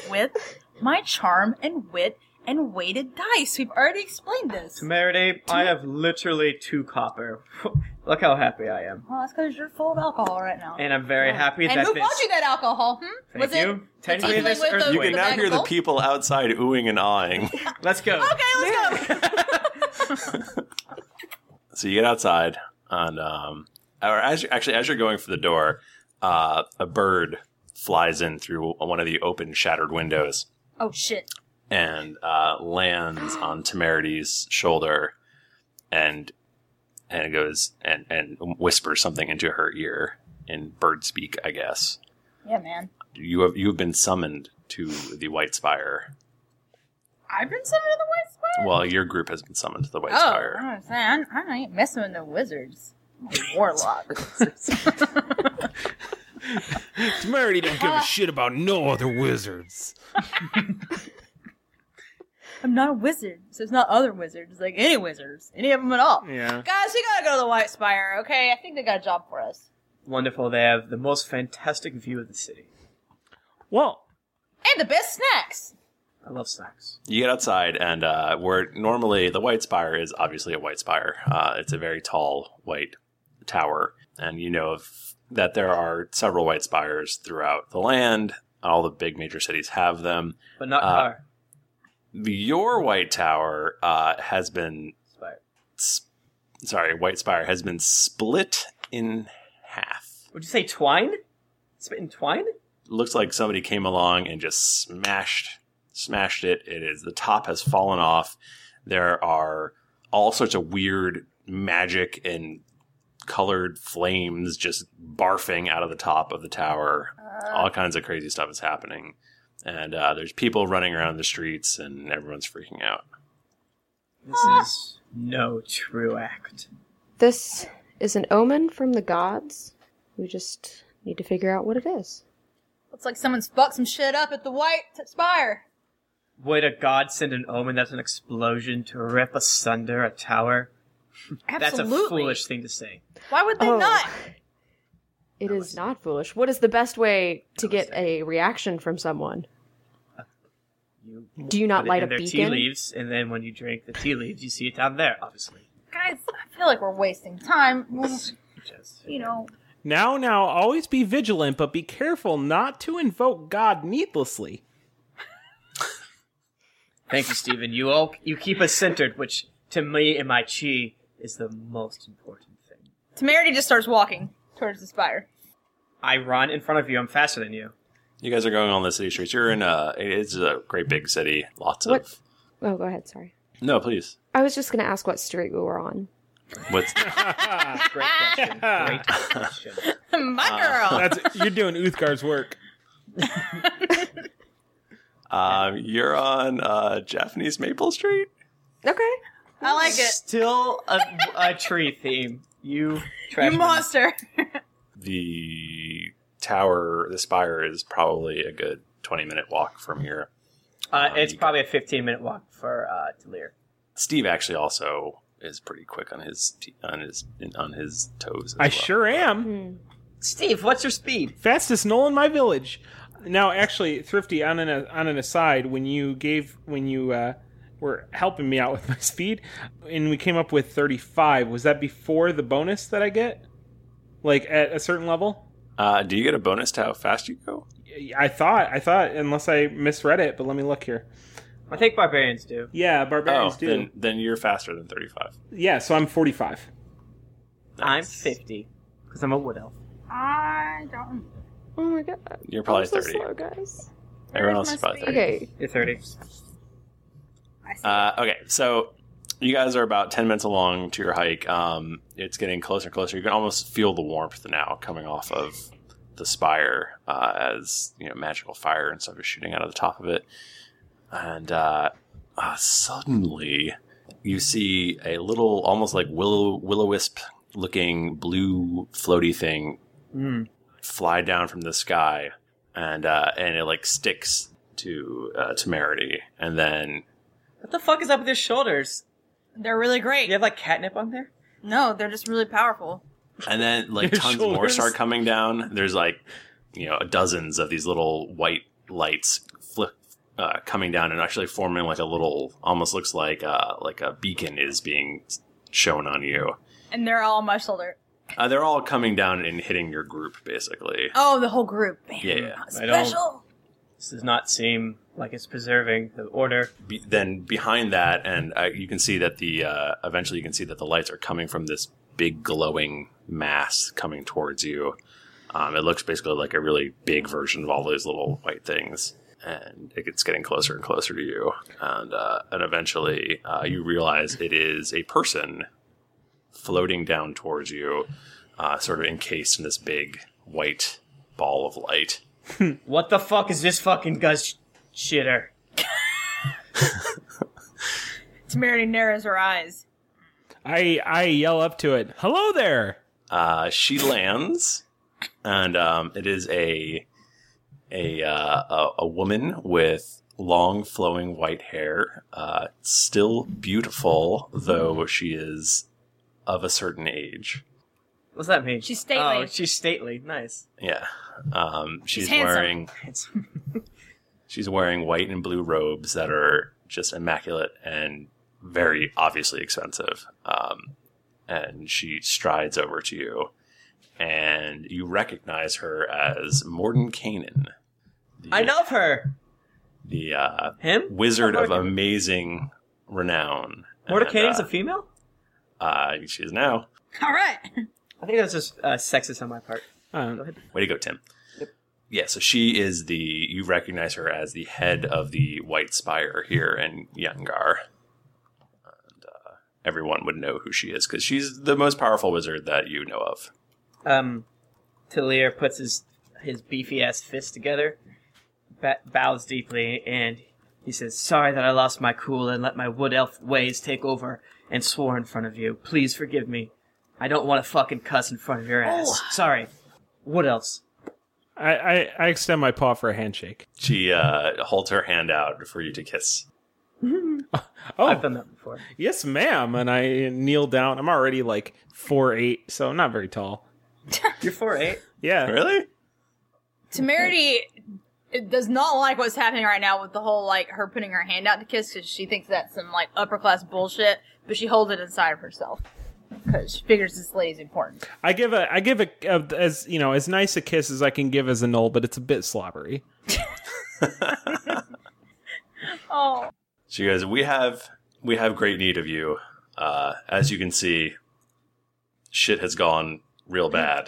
C: with my charm and wit and weighted dice. We've already explained this.
D: Temerity, I have literally two copper. Look how happy I am.
C: Well, that's because you're full of alcohol right now.
D: And I'm very happy
C: and
D: that
C: who
D: this.
C: bought you that alcohol? Hmm?
D: Thank
C: Was it-
D: you. Technically,
C: tiefling
D: this
C: with
D: earth-
C: the-
A: You can
C: with
A: now hear the
C: mandible?
A: people outside oohing and awing.
D: Let's go.
C: Okay, let's go.
A: so you get outside, and um, or as you, actually as you're going for the door, uh, a bird flies in through one of the open shattered windows
C: oh shit!
A: and uh, lands on Temerity's shoulder, and and goes and and whispers something into her ear in bird speak, I guess.
C: Yeah, man.
A: You have you have been summoned to the White Spire.
C: I've been summoned to the White Spire.
A: Well, your group has been summoned to the White
C: oh,
A: Spire.
C: I'm saying I, I ain't messing with no wizards. I'm a Warlock.
E: Temerity don't give a shit about no other wizards.
C: I'm not a wizard, so it's not other wizards. It's like any wizards, any of them at all.
D: Yeah.
C: Guys, we gotta go to the White Spire. Okay, I think they got a job for us.
D: Wonderful. They have the most fantastic view of the city.
E: Well,
C: And the best snacks.
D: I love snacks.
A: You get outside, and uh, where normally the White Spire is obviously a White Spire. Uh, it's a very tall white tower, and you know of, that there are several White Spires throughout the land. All the big major cities have them.
D: But not
A: Uh,
D: car.
A: Your White Tower uh, has been.
D: Spire.
A: s- sorry, White Spire has been split in half.
D: Would you say twine? Spit and twine?
A: Looks like somebody came along and just smashed smashed it. It is the top has fallen off. There are all sorts of weird magic and colored flames just barfing out of the top of the tower. all kinds of crazy stuff is happening. And uh, there's people running around the streets and everyone's freaking out.
D: This
B: Ah.
D: is no true act.
B: This is an omen from the gods. We just need to figure out what it is.
C: Looks like someone's fucked some shit up at the White Spire.
D: Would a god send an omen that's an explosion to rip asunder a tower?
C: Absolutely.
D: That's a foolish thing to say.
C: Why would they
B: Oh.
C: not?
B: It is not foolish. What is the best way to get a reaction from someone? Do you not
D: Put it in
B: light a
D: their tea
B: beacon?
D: leaves, and then when you drink the tea leaves, you see it down there, obviously.
C: Guys, I feel like we're wasting time. We'll,
D: Just-
C: you know,
E: now, now, always be vigilant, but be careful not to invoke God needlessly.
D: Thank you, Stephen. You all you keep us centered, which to me and my chi is the most important thing.
C: Temerity just starts walking towards the spire.
D: I run in front of you. I'm faster than you.
A: You guys are going on the city streets. You're in a it's a great big city. Lots
B: What-
A: of
B: Oh, go ahead. Sorry.
A: no, please.
B: I was just going to ask what street we were on.
A: What's
D: Great question. Great question.
C: My
A: Uh,
C: girl.
E: That's you're doing Uthgar's work.
A: um, you're on uh, Japanese Maple Street?
B: Okay.
C: I like it.
D: Still a, a tree theme. You trash.
C: You monster.
A: the tower, the spire is probably a good 20 minute walk from here.
D: Uh, it's probably a 15 minute walk for uh, Delir.
A: Steve actually also is pretty quick on his t- on his on his toes. As
E: I
A: well.
E: sure am.
D: Steve, what's your speed?
E: fastest knoll in my village. Now, actually, Thrifty, on an on an aside, when you gave when you uh, were helping me out with my speed, and we came up with thirty five, was that before the bonus that I get, like at a certain level?
A: Uh, do you get a bonus to how fast you go?
E: I thought I thought unless I misread it, but let me look here.
D: I think barbarians do.
E: Yeah, Uh, barbarians
A: oh,
E: do.
A: then then you're faster than 35.
E: Yeah, so I'm forty five.
D: I'm
A: Nice.
D: 50 because I'm a wood elf.
C: I don't.
B: Oh my god.
A: You're probably
B: I'm so
A: 30.
B: slow, guys.
C: Where's
A: Everyone else is
C: my
A: probably 30.
C: speed?
B: Okay.
D: You're 30.
A: Uh, okay, so you guys are about 10 minutes along to your hike. Um, it's getting closer and closer. You can almost feel the warmth now coming off of the spire uh, as you know magical fire and stuff is shooting out of the top of it. And uh, uh, suddenly you see a little, almost like willow willow wisp looking blue floaty thing
E: Hmm.
A: fly down from the sky and uh, and it like sticks to uh, temerity and then
D: What the fuck is up with your shoulders?
C: They're really great. You
D: have like catnip on there?
C: No, they're just really powerful.
A: And then like
D: Your
A: tons more
D: shoulders.
A: start coming down. There's like you know dozens of these little white lights flip uh, coming down and actually forming like a little almost looks like uh, like a beacon is being shown on you.
C: And they're all on my shoulder.
A: Uh, they're all coming down and hitting your group basically.
C: Oh, the whole group. Man,
A: Yeah, yeah.
D: I don't-
C: Special.
D: This does not seem like it's preserving the order.
A: Be- then behind that, and uh, you can see that the uh, eventually you can see that the lights are coming from this big glowing mass coming towards you. Um, it looks basically like a really big version of all those little white things, and it gets getting closer and closer to you, and uh, and eventually uh, you realize it is a person floating down towards you, uh, sort of encased in this big white ball of light.
D: What the fuck is this fucking gush shitter?
C: Temerity narrows her eyes.
E: I I yell up to it. Hello there.
A: Uh, she lands, and um, it is a a, uh, a a woman with long flowing white hair, uh, still beautiful though she is of a certain age.
D: What's that mean? She's
C: stately.
D: Oh, she's stately. Nice.
A: Yeah, um, she's,
D: She's handsome.
A: wearing she's wearing white and blue robes that are just immaculate and very obviously expensive. Um, and she strides over to you, and you recognize her as Morden Kanan,
D: I know of her.
A: the uh,
D: Him?
A: wizard
D: Oh,
A: of
D: Morden-
A: amazing renown.
D: Mordekainen's
A: And,
D: a female?
A: uh, uh, she is now.
C: All right.
D: I think that's just uh, sexist on my part. Go ahead.
A: Way to go, Tim. Yeah, so she is the you recognize her as the head of the White Spire here in Yangar. And uh, everyone would know who she is because she's the most powerful wizard that you know of.
D: Um, Talir puts his his beefy ass fist together, ba- bows deeply, and he says, "Sorry that I lost my cool and let my wood elf ways take over and swore in front of you. Please forgive me. I don't want to fucking cuss in front of your ass.
E: Oh.
D: Sorry. Wood elves."
E: I, I I extend my paw for a handshake.
A: She uh, holds her hand out for you to kiss.
E: Oh,
D: I've done that before.
E: Yes, ma'am. And I kneel down. I'm already like four eight, so I'm not very tall.
D: You're four eight.
E: Yeah.
A: Really?
C: Temerity it does not like what's happening right now with the whole like her putting her hand out to kiss because she thinks that's some like upper class bullshit, but she holds it inside of herself because she figures this lady's important.
E: I give a I give a, a as you know as nice a kiss as I can give as a null, but it's a bit slobbery.
C: Oh,
A: She goes, "We have we have great need of you. Uh, as you can see, shit has gone real bad."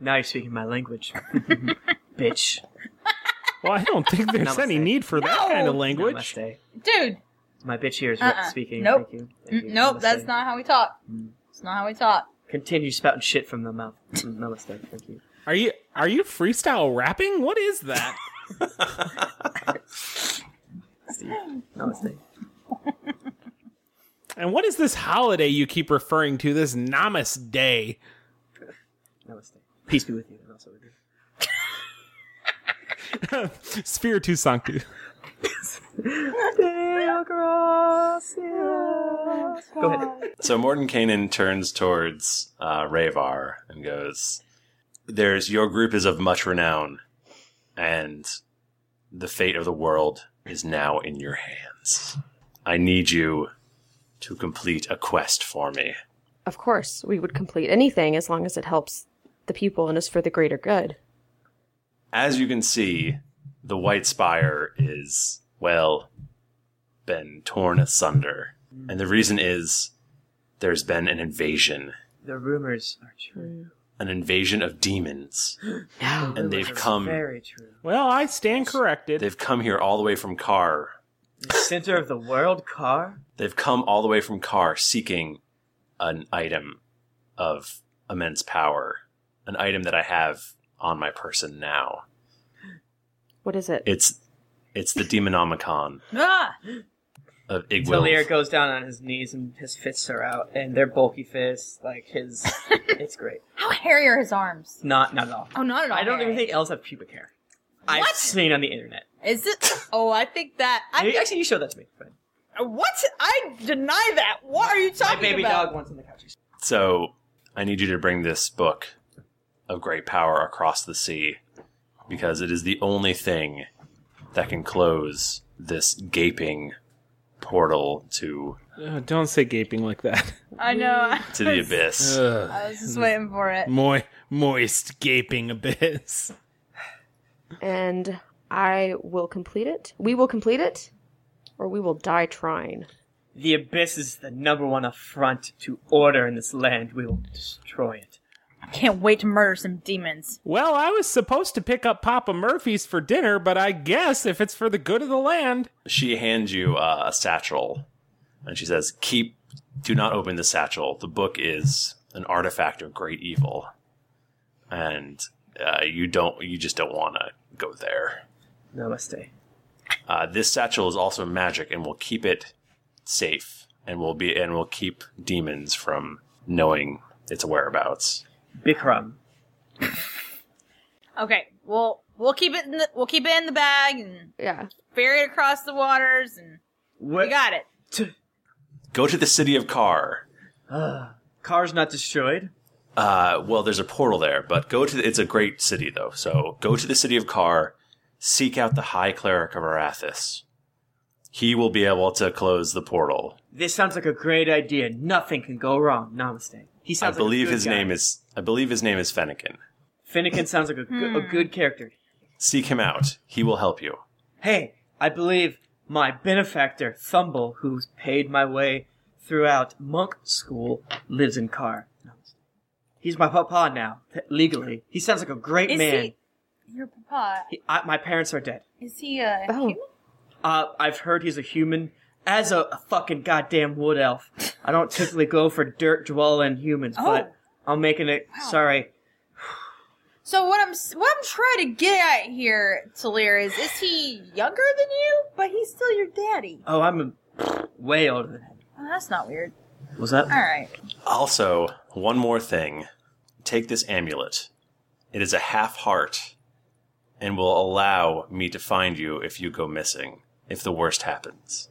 D: Now you're speaking my language, bitch.
E: Well, I don't think there's any need for that kind of language.
D: Namaste.
C: dude.
D: My bitch here is
C: Uh-uh.
D: speaking.
C: Nope.
D: Thank you. Mm.
C: Mm, nope, that's not how we talk. It's not how we talk.
D: Continue spouting shit from the mouth. Mm, Namaste. Thank you.
E: Are you are you freestyle rapping? What is that?
D: Namaste.
E: And what is this holiday you keep referring to? This Namaste Day.
D: Namaste. Peace be with you. And also with you.
E: Sphere tu sanctu.
D: Go ahead.
A: So Morden Kanan turns towards uh, Ravar and goes, "There's your group is of much renown, and the fate of the world is now in your hands. I need you to complete a quest for me."
B: Of course, we would complete anything as long as it helps the people and is for the greater good.
A: As you can see, the White Spire is well been torn asunder, and the reason is there's been an invasion
D: The rumors are true.
A: an invasion of demons. and they've come
D: Very true.
E: Well, I stand corrected.
A: they've come here all the way from Car.
D: The center of the world, car.
A: They've come all the way from Car seeking an item of immense power. An item that I have on my person now.
B: What
D: Uh,
B: is it?
A: It's it's the Demonomicon
C: Ah!
A: of Igwil.
D: Talir goes down on his knees and his fists are out, and they're bulky fists. Like his, it's great.
C: How hairy are his arms?
D: Not, not at all.
C: Oh, not at all.
D: I don't even
C: hairy.
D: think elves have pubic hair. I've seen on the internet.
C: Is it? Oh, I think that. I
D: Hey, Actually, you showed that to me. Fine.
C: What? I deny that. What are you
D: My
C: talking
D: baby
C: about?
D: dog wants on the couch.
A: So I need you to bring this book of great power across the sea because it is the only thing that can close this gaping portal to
E: Oh, don't say gaping like that.
C: I know.
A: to the abyss.
D: Uh,
B: Uh,
C: I was just waiting for it.
E: Moi- moist, gaping abyss.
B: and I will complete it. We will complete it, or we will die trying.
D: The abyss is the number one affront to order in this land. We will destroy it.
C: I can't wait to murder some demons.
E: Well, I was supposed to pick up Papa Murphy's for dinner, but I guess if it's for the good of the land.
A: She hands you uh, a satchel and she says, Keep, do not open the satchel. The book is an artifact of great evil. And uh, you don't, you just don't want to go there.
D: Namaste.
A: Uh, this satchel is also magic and will keep it safe and will be and will keep demons from knowing its whereabouts.
D: Bikram.
C: Okay. Well, we'll keep it in the we'll keep it in the bag and
B: yeah,
C: bury it across the waters and
D: What?
C: we got it.
A: Go to the city of Kar.
D: Ah, Car's not destroyed.
A: Uh, well, there's a portal there, but go to the, it's a great city though. So go to the city of Kar, seek out the High Cleric of Arathis. He will be able to close the portal.
D: This sounds like a great idea. Nothing can go wrong. Namaste. He
A: I
D: sounds.
A: believe
D: like a good
A: his
D: guy.
A: name is I believe his name is Fennekin.
D: Finnegan. Sounds like a, go- a
C: Hmm.
D: good character.
A: Seek him out. He will help you.
D: Hey, I believe my benefactor Thumble, who's paid my way throughout monk school, lives in Car. He's my papa now, th- legally. He sounds like a great
C: Is
D: man.
C: he- Your papa
D: He- I, my parents are dead.
C: is he a human?
D: Uh, I've heard he's a human. As a, a fucking goddamn wood elf, I don't typically go for dirt dwelling humans,
C: Oh.
D: but I'm making it. Sorry,
C: So what I'm s- what I'm trying to get at here, Talir, is is he younger than you, but he's still your daddy?
D: Oh, I'm way older than him.
C: Oh, that's not weird.
D: Was
C: All
D: that?
C: right.
A: Also, one more thing. Take this amulet. It is a half heart and will allow me to find you if you go missing, if the worst happens.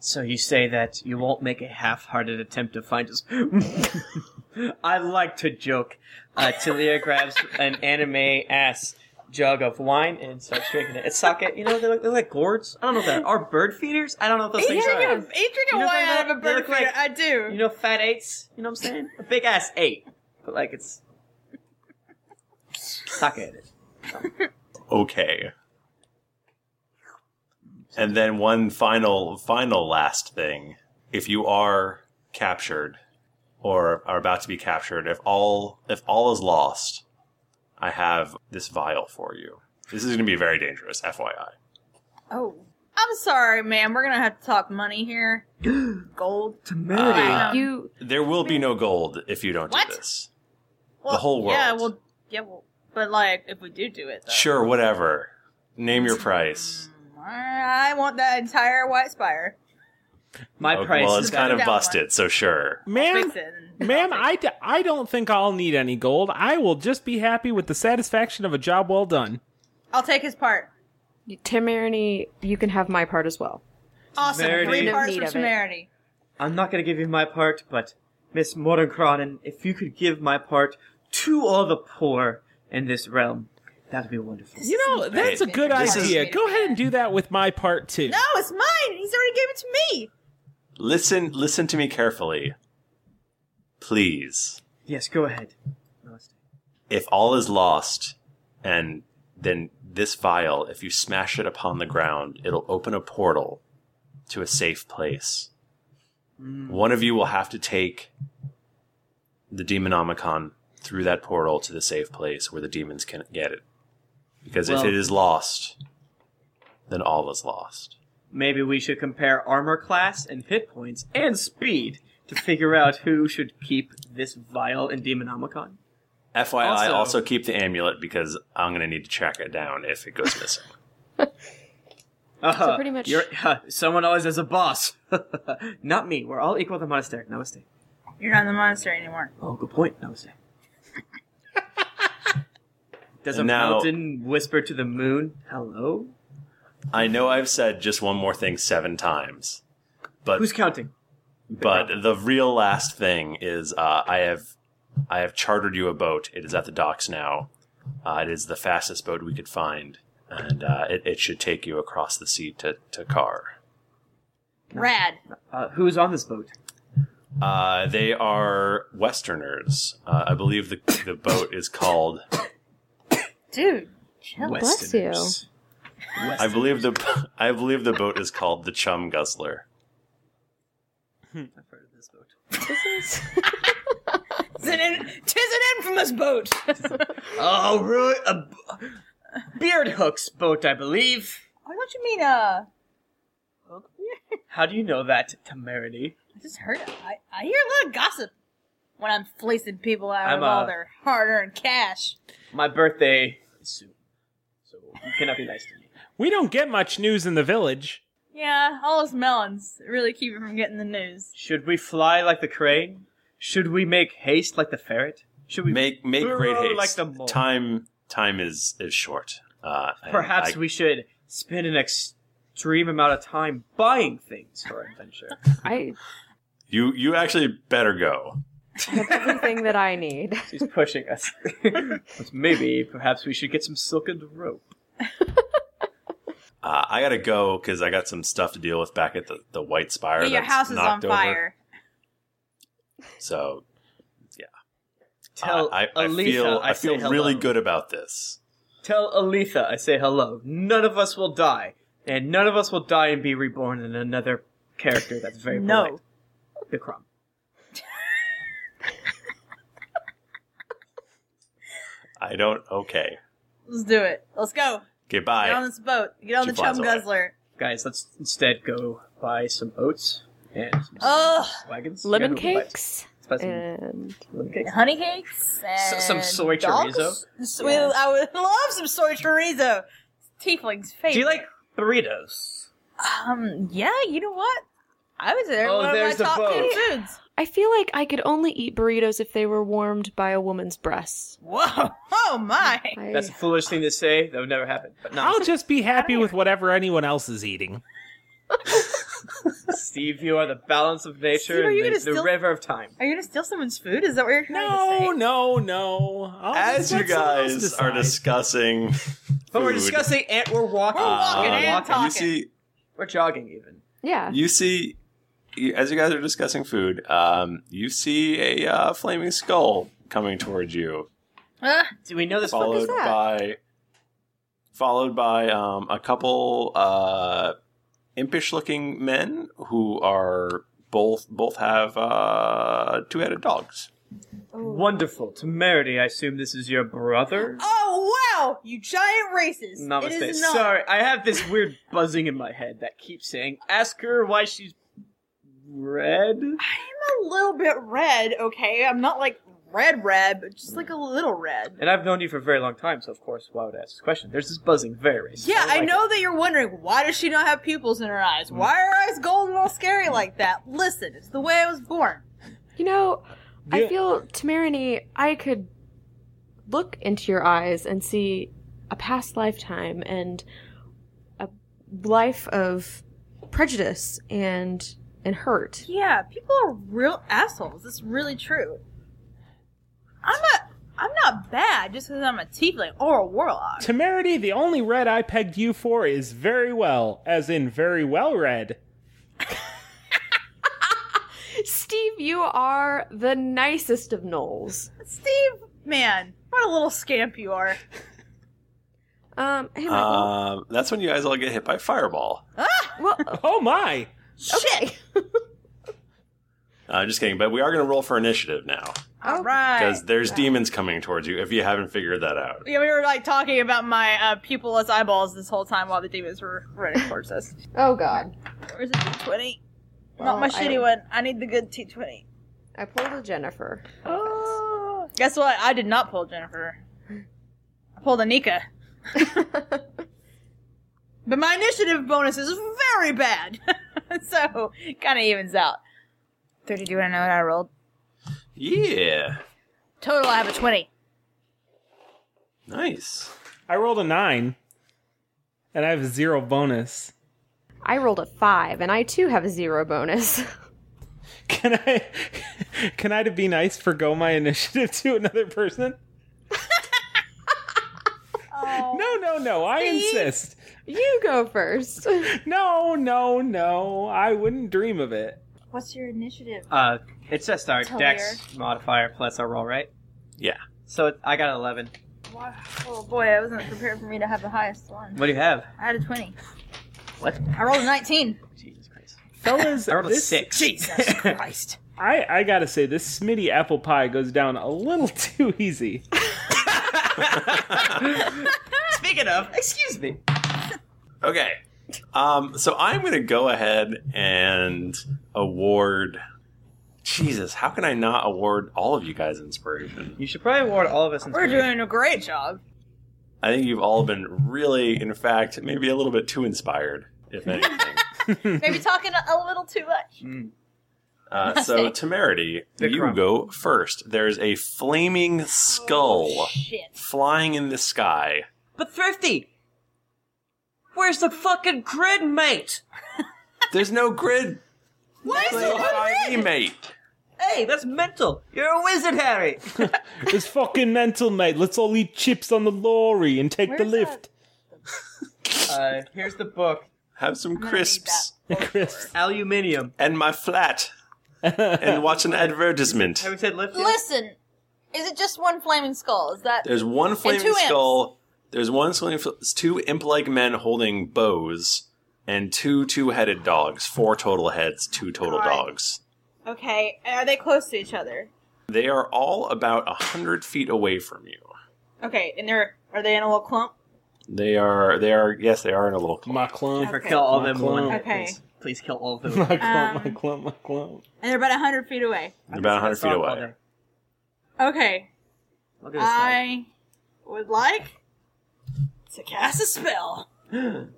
D: So you say that you won't make a half-hearted attempt to find us? I like to joke. Uh, Talia grabs an anime ass jug of wine and starts drinking it. It's sake. You know they're like, they're like gourds. I don't know if that are bird feeders. I don't know if those
C: He
D: things
C: drinking
D: are.
C: a, he drinking
D: You know
C: wine
D: that-
C: out of a
D: they
C: bird
D: look like-
C: feeder. I do.
D: You know, fat eights. You know what I'm saying? A big ass eight, but like it's sake. in it.
A: Okay. And then one final final last thing. If you are captured or are about to be captured, if all if all is lost, I have this vial for you. This is going to be very dangerous, FYI.
C: oh, I'm sorry, man. We're gonna have to talk money here. Gold.
A: Uh,
B: You
A: There will be no gold if you don't
C: What?
A: do this.
C: Well,
A: whole
C: Yeah.
A: world.
C: Well. Yeah. Well. But like, if we do do it, though,
A: Sure, whatever. Name your price.
C: I want that entire white spire.
D: My
A: Oh,
D: price
A: well,
D: is
A: it's
D: that-
A: kind of
C: That
A: busted, so sure.
E: Ma'am,
C: Fix it.
E: ma'am, I, d- I don't think I'll need any gold. I will just be happy with the satisfaction of a job well done.
C: I'll take his part.
B: Tamarini, you can have my part as well.
C: Awesome.
D: Temerity.
C: Three parts
B: Need
C: for
B: of it.
C: Temerity.
D: I'm not going to give you my part, but Miss Mordenkronen, if you could give my part to all the poor in this realm, that would be wonderful.
E: You know, that's a good
A: This is-
E: idea. Go ahead and do that with my part too.
C: No, it's mine. He's already gave it to me.
A: Listen, listen to me carefully. Please,
D: Yes, go ahead. Namaste.
A: if all is lost, and then this vial, if you smash it upon the ground, it'll open a portal to a safe place. One of you will have to take the Demonomicon through that portal to the safe place where the demons can get it. Because
D: Well-
A: if it is lost, then all is lost.
D: Maybe we should compare armor class and hit points and speed to figure out who should keep this vial in Demonomicon.
A: FYI,
D: Also-
A: also, keep the amulet because I'm going to need to track it down if it goes missing.
D: Uh-huh.
B: pretty much-
D: You're, someone always has a boss. Not me. We're all equal at the monastery. Namaste.
C: You're not in the monastery anymore.
D: Oh, good point. Namaste. Does a
A: And now-
D: mountain whisper to the moon, hello?
A: I know I've said just one more thing seven times, but
D: Who's counting?
A: But the real last thing is uh, I have I have chartered you a boat. It is at the docks now. Uh, it is the fastest boat we could find, and uh, it, it should take you across the sea to to Car.
C: Rad.
D: Uh, who's on this boat?
A: Uh, they are Westerners. Uh, I believe the the boat is called.
C: Dude, chill.
A: Bless you. Westerners. I believe the I believe the boat is called the Chum Guzzler.
C: Tis an, in- tis an infamous boat.
D: Oh, really? A b- beard hooks boat, I believe.
C: I don't you mean uh?
D: How do you know that, Temerity?
C: I just heard. I, I hear a lot of gossip when I'm fleecing people out
D: I'm,
C: of all
D: uh,
C: their hard-earned cash.
D: My birthday is soon, so you cannot be nice to me.
E: We don't get much news in the village.
C: Yeah, all those melons really keep you from getting the news.
D: Should we fly like the crane? Should we make haste like the ferret? Should we
A: make make great haste.
D: Like the mole?
A: time time is is short. Uh, and
D: Perhaps
A: I-
D: we should spend an extreme amount of time buying things for our adventure.
B: I
A: you you actually better go.
B: have everything that I need.
D: She's pushing us. But Maybe, perhaps we should get some silken rope.
A: Uh, I gotta go because I got some stuff to deal with back at the, the White Spire.
C: Yeah, your
A: that's
C: house is on
A: knocked over.
C: fire.
A: So, yeah. Uh,
D: Tell
A: I, I, I
D: Elisa
A: feel
D: I
A: I,
D: say
A: feel
D: hello.
A: really good about this.
D: Tell Aletha I say hello. None of us will die, and none of us will die and be reborn in another character that's very
C: No.
D: polite. Bikram.
A: I don't. Okay.
C: Let's do it. Let's go.
A: Okay.
C: Get on
A: Bye.
C: this boat. Get on
A: She
C: the chum
A: flies away.
C: guzzler.
D: Guys, let's instead go buy some boats and some
C: Ugh.
D: wagons.
B: Lemon
D: Yeah, we'll buy-
B: cakes
D: let's buy some
B: and
D: lemon cakes.
C: Honey cakes and
D: some soy
C: dogs?
D: chorizo.
C: S- well, I would love some soy chorizo. It's Tiefling's favorite.
D: Do you like burritos?
C: Um. Yeah. You know what? I was there.
D: Oh,
C: one
D: there's
C: of
D: the
C: my top
D: boat.
C: ten foods.
B: I feel like I could only eat burritos if they were warmed by a woman's breast.
C: Whoa! Oh my!
B: I,
D: That's a foolish thing to say. That would never happen. But no,
E: I'll just be happy with whatever anyone else is eating.
D: Steve, you are the balance of nature
C: Steve, are you
D: and the,
C: gonna
D: the
C: still-
D: river of time.
C: Are you gonna steal someone's food? Is that what you're trying to say?
E: No, no, no. I'll
A: As
E: just
A: you
E: let someone else
A: guys are
E: decide.
A: discussing,
D: But we're
A: food,
D: discussing and we're walking.
C: We're walking
A: uh,
C: and
D: walking.
A: You
C: talking.
A: see,
D: We're jogging even.
B: yeah.
A: you see, you- as you guys are discussing food, um, you see a uh, flaming skull coming towards you,
C: Ah,
D: Do we know this?
B: fuck
A: followed
B: is that?
A: by followed by um, a couple uh, impish-looking men who are both both have uh, two-headed dogs.
D: Wonderful. Temerity, I assume this is your brother?
C: oh wow! You giant racist. It
D: Namaste.
C: is not.
D: Sorry, I have this weird buzzing in my head that keeps saying, ask her why she's red?
C: I'm a little bit red. Okay, I'm not like red red, but just like a little red.
D: And I've known you for a very long time, so of course, why would I ask this question? There's this buzzing, very racist.
C: Yeah,
D: don't
C: I,
D: like Mm.
C: know that you're wondering why does she not have pupils in her eyes? Why are her eyes gold and all scary like that? Listen, it's the way I was born.
B: You know,
E: Yeah.
B: I feel Tamarani, I could look into your eyes and see a past lifetime and a life of prejudice and and hurt.
C: Yeah, people are real assholes. It's really true. I'm not. I'm not bad just because I'm a tiefling or a warlock.
E: Temerity, the only red I pegged you for is very well, as in very well read.
B: Steve, you are the nicest of gnolls.
C: Steve, man, what a little scamp you are.
B: Um, hey, Michael.
A: Um, that's when you guys all get hit by fireball.
B: Ah, well,
E: Oh my!
B: okay.
A: Uh, just kidding, but we are going to roll for initiative now
C: All right.
A: because there's demons coming towards you. If you haven't figured that out,
C: Yeah, we were like talking about my uh, pupilless eyeballs this whole time while the demons were running towards us.
B: Oh God,
C: Where's the T20?
B: Well,
C: Not my
B: I
C: shitty
B: don't-
C: one. I need the good T20.
B: I pulled a Jennifer. Ah.
C: Oh. Guess what? I did not pull Jennifer. I pulled Anika. But my initiative bonus is very bad. so, kind of evens out. 30, do you want to know what I rolled?
A: yeah,
C: Total, I have a 20.
A: nice.
E: I rolled a nine. and I have zero bonus.
B: I rolled a five, and I too have a zero bonus.
E: Can I, to be nice, forgo my initiative to another person?
C: Oh.
E: No, no, no. I insist.
B: You go first.
E: no, no, no. I wouldn't dream of it.
C: What's your initiative?
D: Uh, it's just our
C: Tell
D: dex modifier plus our roll, right?
A: Yeah.
D: So it, I got 11.
C: Wow. Oh boy, I wasn't prepared for me to have the highest one.
D: What do you have?
C: I had a 20.
D: What?
C: I rolled a 19.
E: Fellas,
D: I rolled a
E: this-
D: six.
C: Jesus Christ.
E: I, I gotta say, this Smitty apple pie goes down a little too easy.
D: Speaking of, excuse me.
A: Okay. Um, so I'm going to go ahead and award. Jesus, how can I not award all of you guys inspiration?
D: You should probably award all of us
C: We're doing a great job.
A: I think you've all been really, in fact, maybe a little bit too inspired, if any.
C: Maybe talking a, a little too much.
A: Uh, so, Temerity, you go first. There's a
M: Oh,
A: flaming skull flying in the sky.
M: But Thrifty, where's the fucking grid, mate?
A: There's no grid.
M: Why is there
A: Hey, mate.
M: Hey, that's mental. You're a wizard, Harry.
E: it's fucking mental, mate. Let's all eat chips on the lorry and take the lift.
D: Uh, here's the book.
A: Have some crisps.
E: Crisps.
D: Aluminium.
A: And my flat. and watch an advertisement.
D: Have we said lift?
C: Listen, is it just one flaming skull? Is that
A: There's one
C: And
A: flaming
C: two imps.
A: skull. There's one flaming, two imp-like men holding bows, and two two-headed dogs. Four total heads, two total
C: God.
A: dogs.
C: Okay, are they close to each other?
A: They are all about a hundred feet away from you.
C: Okay, and they're are they in a little clump?
A: They are. They are. Yes, they are in a little clump.
E: My clump.
D: Or kill all of
A: My
D: them in one hit,
C: clump. Okay.
D: please. Please kill all of them.
E: My clump,
C: Um,
E: my clump, my clump.
C: And they're about hundred feet away.
A: About a hundred feet away.
C: Okay,
D: Look at
C: I would like to cast a spell.
D: this. song.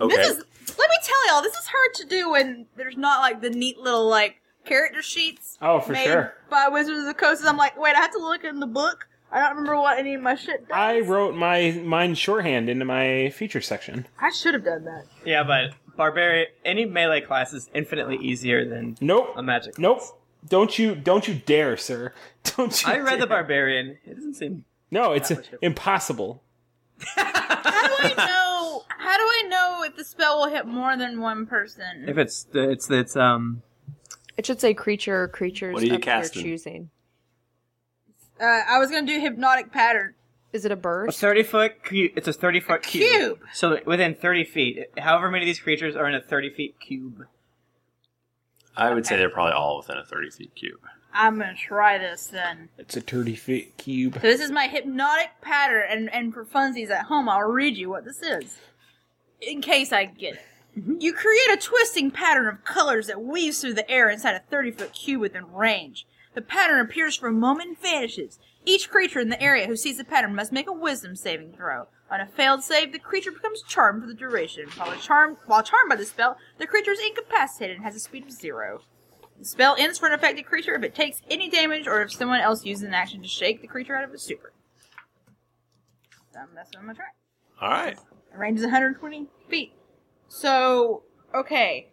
A: Okay.
C: This is. Let me tell y'all, this is hard to do when there's not like the neat little like character sheets.
E: Oh, for
C: made
E: sure.
C: By Wizards of the Coast, and I'm like, wait, I have to look in the book. I don't remember what any of my shit. Does.
E: I wrote my mine shorthand into my feature section.
C: I should have done that.
D: Yeah, but barbarian. Any melee class is infinitely easier than
E: nope
D: a magic.
E: Nope. Don't you don't you dare, sir. Don't you
D: I read the
E: dare.
D: barbarian. It doesn't seem.
E: No, it's impossible.
C: How do I know? How do I know if the spell will hit more than one person?
D: If it's it's it's um.
B: It should say creature or creatures
D: What are you
B: of your
D: casting?
B: choosing.
C: Uh, I was gonna do hypnotic pattern.
B: Is it a
D: A
B: bird?
D: thirty foot cube. It's a thirty foot cube.
C: cube.
D: So within thirty feet, however many of these creatures are in a thirty feet cube.
A: I would say they're probably all within a thirty feet cube.
C: I'm gonna try this then.
E: It's a thirty feet cube.
C: So this is my hypnotic pattern, and and for funsies at home, I'll read you what this is, in case I get it. You create a twisting pattern of colors that weaves through the air inside a 30 foot cube within range. The pattern appears for a moment and vanishes. Each creature in the area who sees the pattern must make a wisdom saving throw. On a failed save, the creature becomes charmed for the duration. While charmed, while charmed by the spell, the creature is incapacitated and has a speed of zero. The spell ends for an affected creature if it takes any damage or if someone else uses an action to shake the creature out of its stupor. Um, that's what I'm gonna try.
A: All right.
C: The range is 120 feet. So, okay.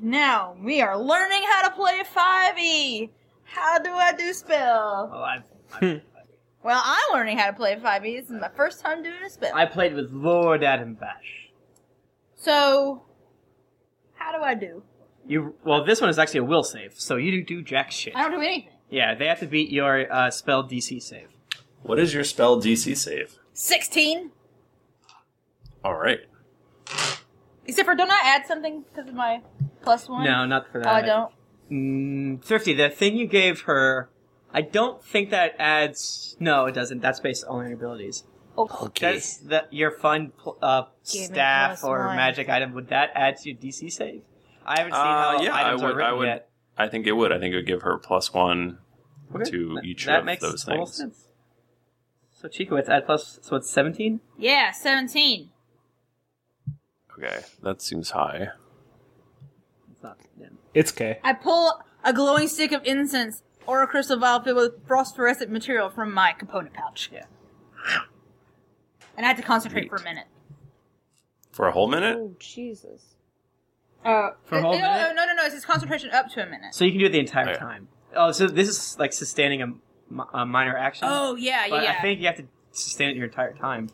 C: Now we are learning how to play 5e. How do I do spell?
D: Well, I've
A: Hmm.
C: Well, I'm learning how to play 5e. This is my first time doing a spell.
D: I played with Lord Adam Bash.
C: So, how do I do?
D: You well, this one is actually a will save, so you do do jack shit.
C: I don't do anything.
D: Yeah, they have to beat your uh, spell DC save.
A: What is your spell DC save?
C: 16?
A: All right.
C: Except for, don't I add something because of my plus one?
D: No, not for that.
C: Oh, I don't?
D: Mm, Thrifty, the thing you gave her, I don't think that adds. No, it doesn't. That's based only on your abilities.
C: Okay.
D: That's the, your fun pl- uh,
C: Gave me
D: staff
C: plus
D: or
C: one.
D: magic item. Would that add to your DC save? I haven't seen
A: Uh,
D: how
A: yeah, I
D: items are
A: would.
D: written
A: I would.
D: yet.
A: I think it would. I think it would give her plus one
D: Okay.
A: to each
D: that
A: of
D: makes
A: those
D: total
A: things.
D: sense. So Chico, it's add plus. So it's seventeen.
C: Yeah, 17.
A: Okay, that seems high.
E: It's okay.
C: I pull a glowing stick of incense or a crystal vial filled with phosphorescent material from my component pouch.
D: Yeah.
C: and I had to concentrate for a minute.
A: For a whole minute?
B: Oh, Jesus.
C: Oh,
D: For a whole
C: no,
D: minute?
C: no, no, no! It's his concentration up to a minute.
D: So you can do it the entire time. Oh, so this is like sustaining a, mi- a minor action.
C: Oh, yeah, yeah,
D: But
C: yeah.
D: I think you have to sustain it your entire time.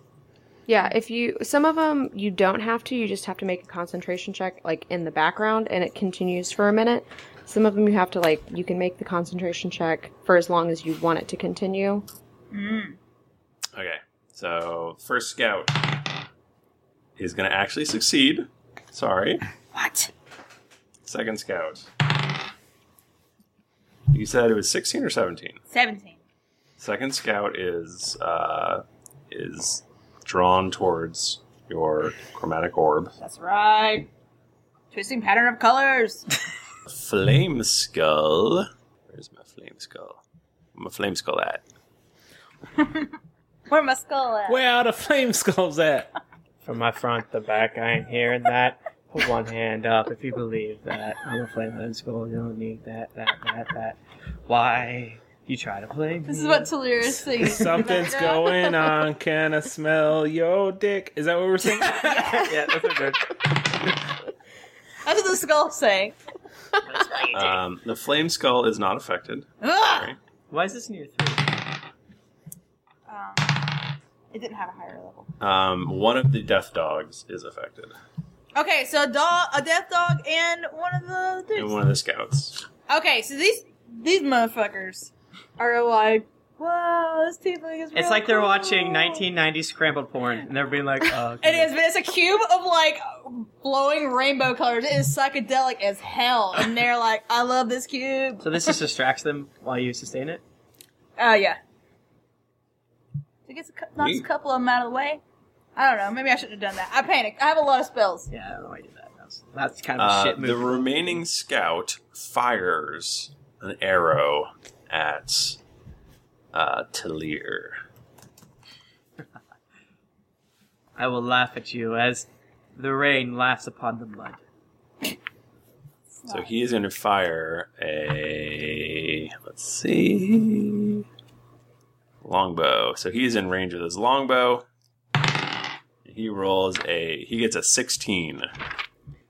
B: Yeah, if you some of them you don't have to, you just have to make a concentration check like in the background and it continues for a minute. Some of them you have to like you can make the concentration check for as long as you want it to continue.
C: Mm,
A: Okay, so first scout is going to actually succeed. Sorry.
C: What?
A: Second scout. You said it was 16 or 17?
C: Seventeen.
A: Second scout is uh, is drawn towards your chromatic orb.
C: That's right. Twisting pattern of colors.
A: Flame skull. Where's my flame skull? I'm a flame skull at.
C: Where my skull at?
E: Where are the flame skulls at?
D: From my front, the back, I ain't hearing that. Put one hand up if you believe that. I'm a flameless gold. You don't need that, that, that, that. Why you try to play me?
C: This is what Taliris sings.
E: Something's going on. Can I smell your dick? Is that what we're saying? yeah,
D: that's what good.
C: That's what the skull sang.
A: Um, the flame skull is not affected.
C: Ugh!
D: Why is this in your three?
C: Um, It didn't have a higher level.
A: Um, one of the death dogs is affected,
C: Okay, so a dog, a death dog, and one of the dudes.
A: and one of the scouts.
C: Okay, so these these motherfuckers are like, wow, this tiefling is.
D: It's
C: real
D: like they're
C: cool."
D: watching 1990s scrambled porn, and they're being like, uh,
C: It is, but it's a cube of like glowing rainbow colors. It is psychedelic as hell, and they're like, I love this cube.
D: So this just distracts them while you sustain it.
C: Oh yeah. So it gets a, cou- knocks a
D: Neat.
C: couple of them out of the way. I don't know. Maybe I shouldn't have done that. I panicked. I have a lot of spells.
D: Yeah, I don't know why I did that. That's kind of a
A: Uh,
D: shit move.
A: the remaining scout fires an arrow at uh, Talir.
D: I will laugh at you as the rain laughs upon the mud.
A: So he is going to fire a. Let's see. Longbow. So he's in range with his longbow. He rolls a. He gets a 16.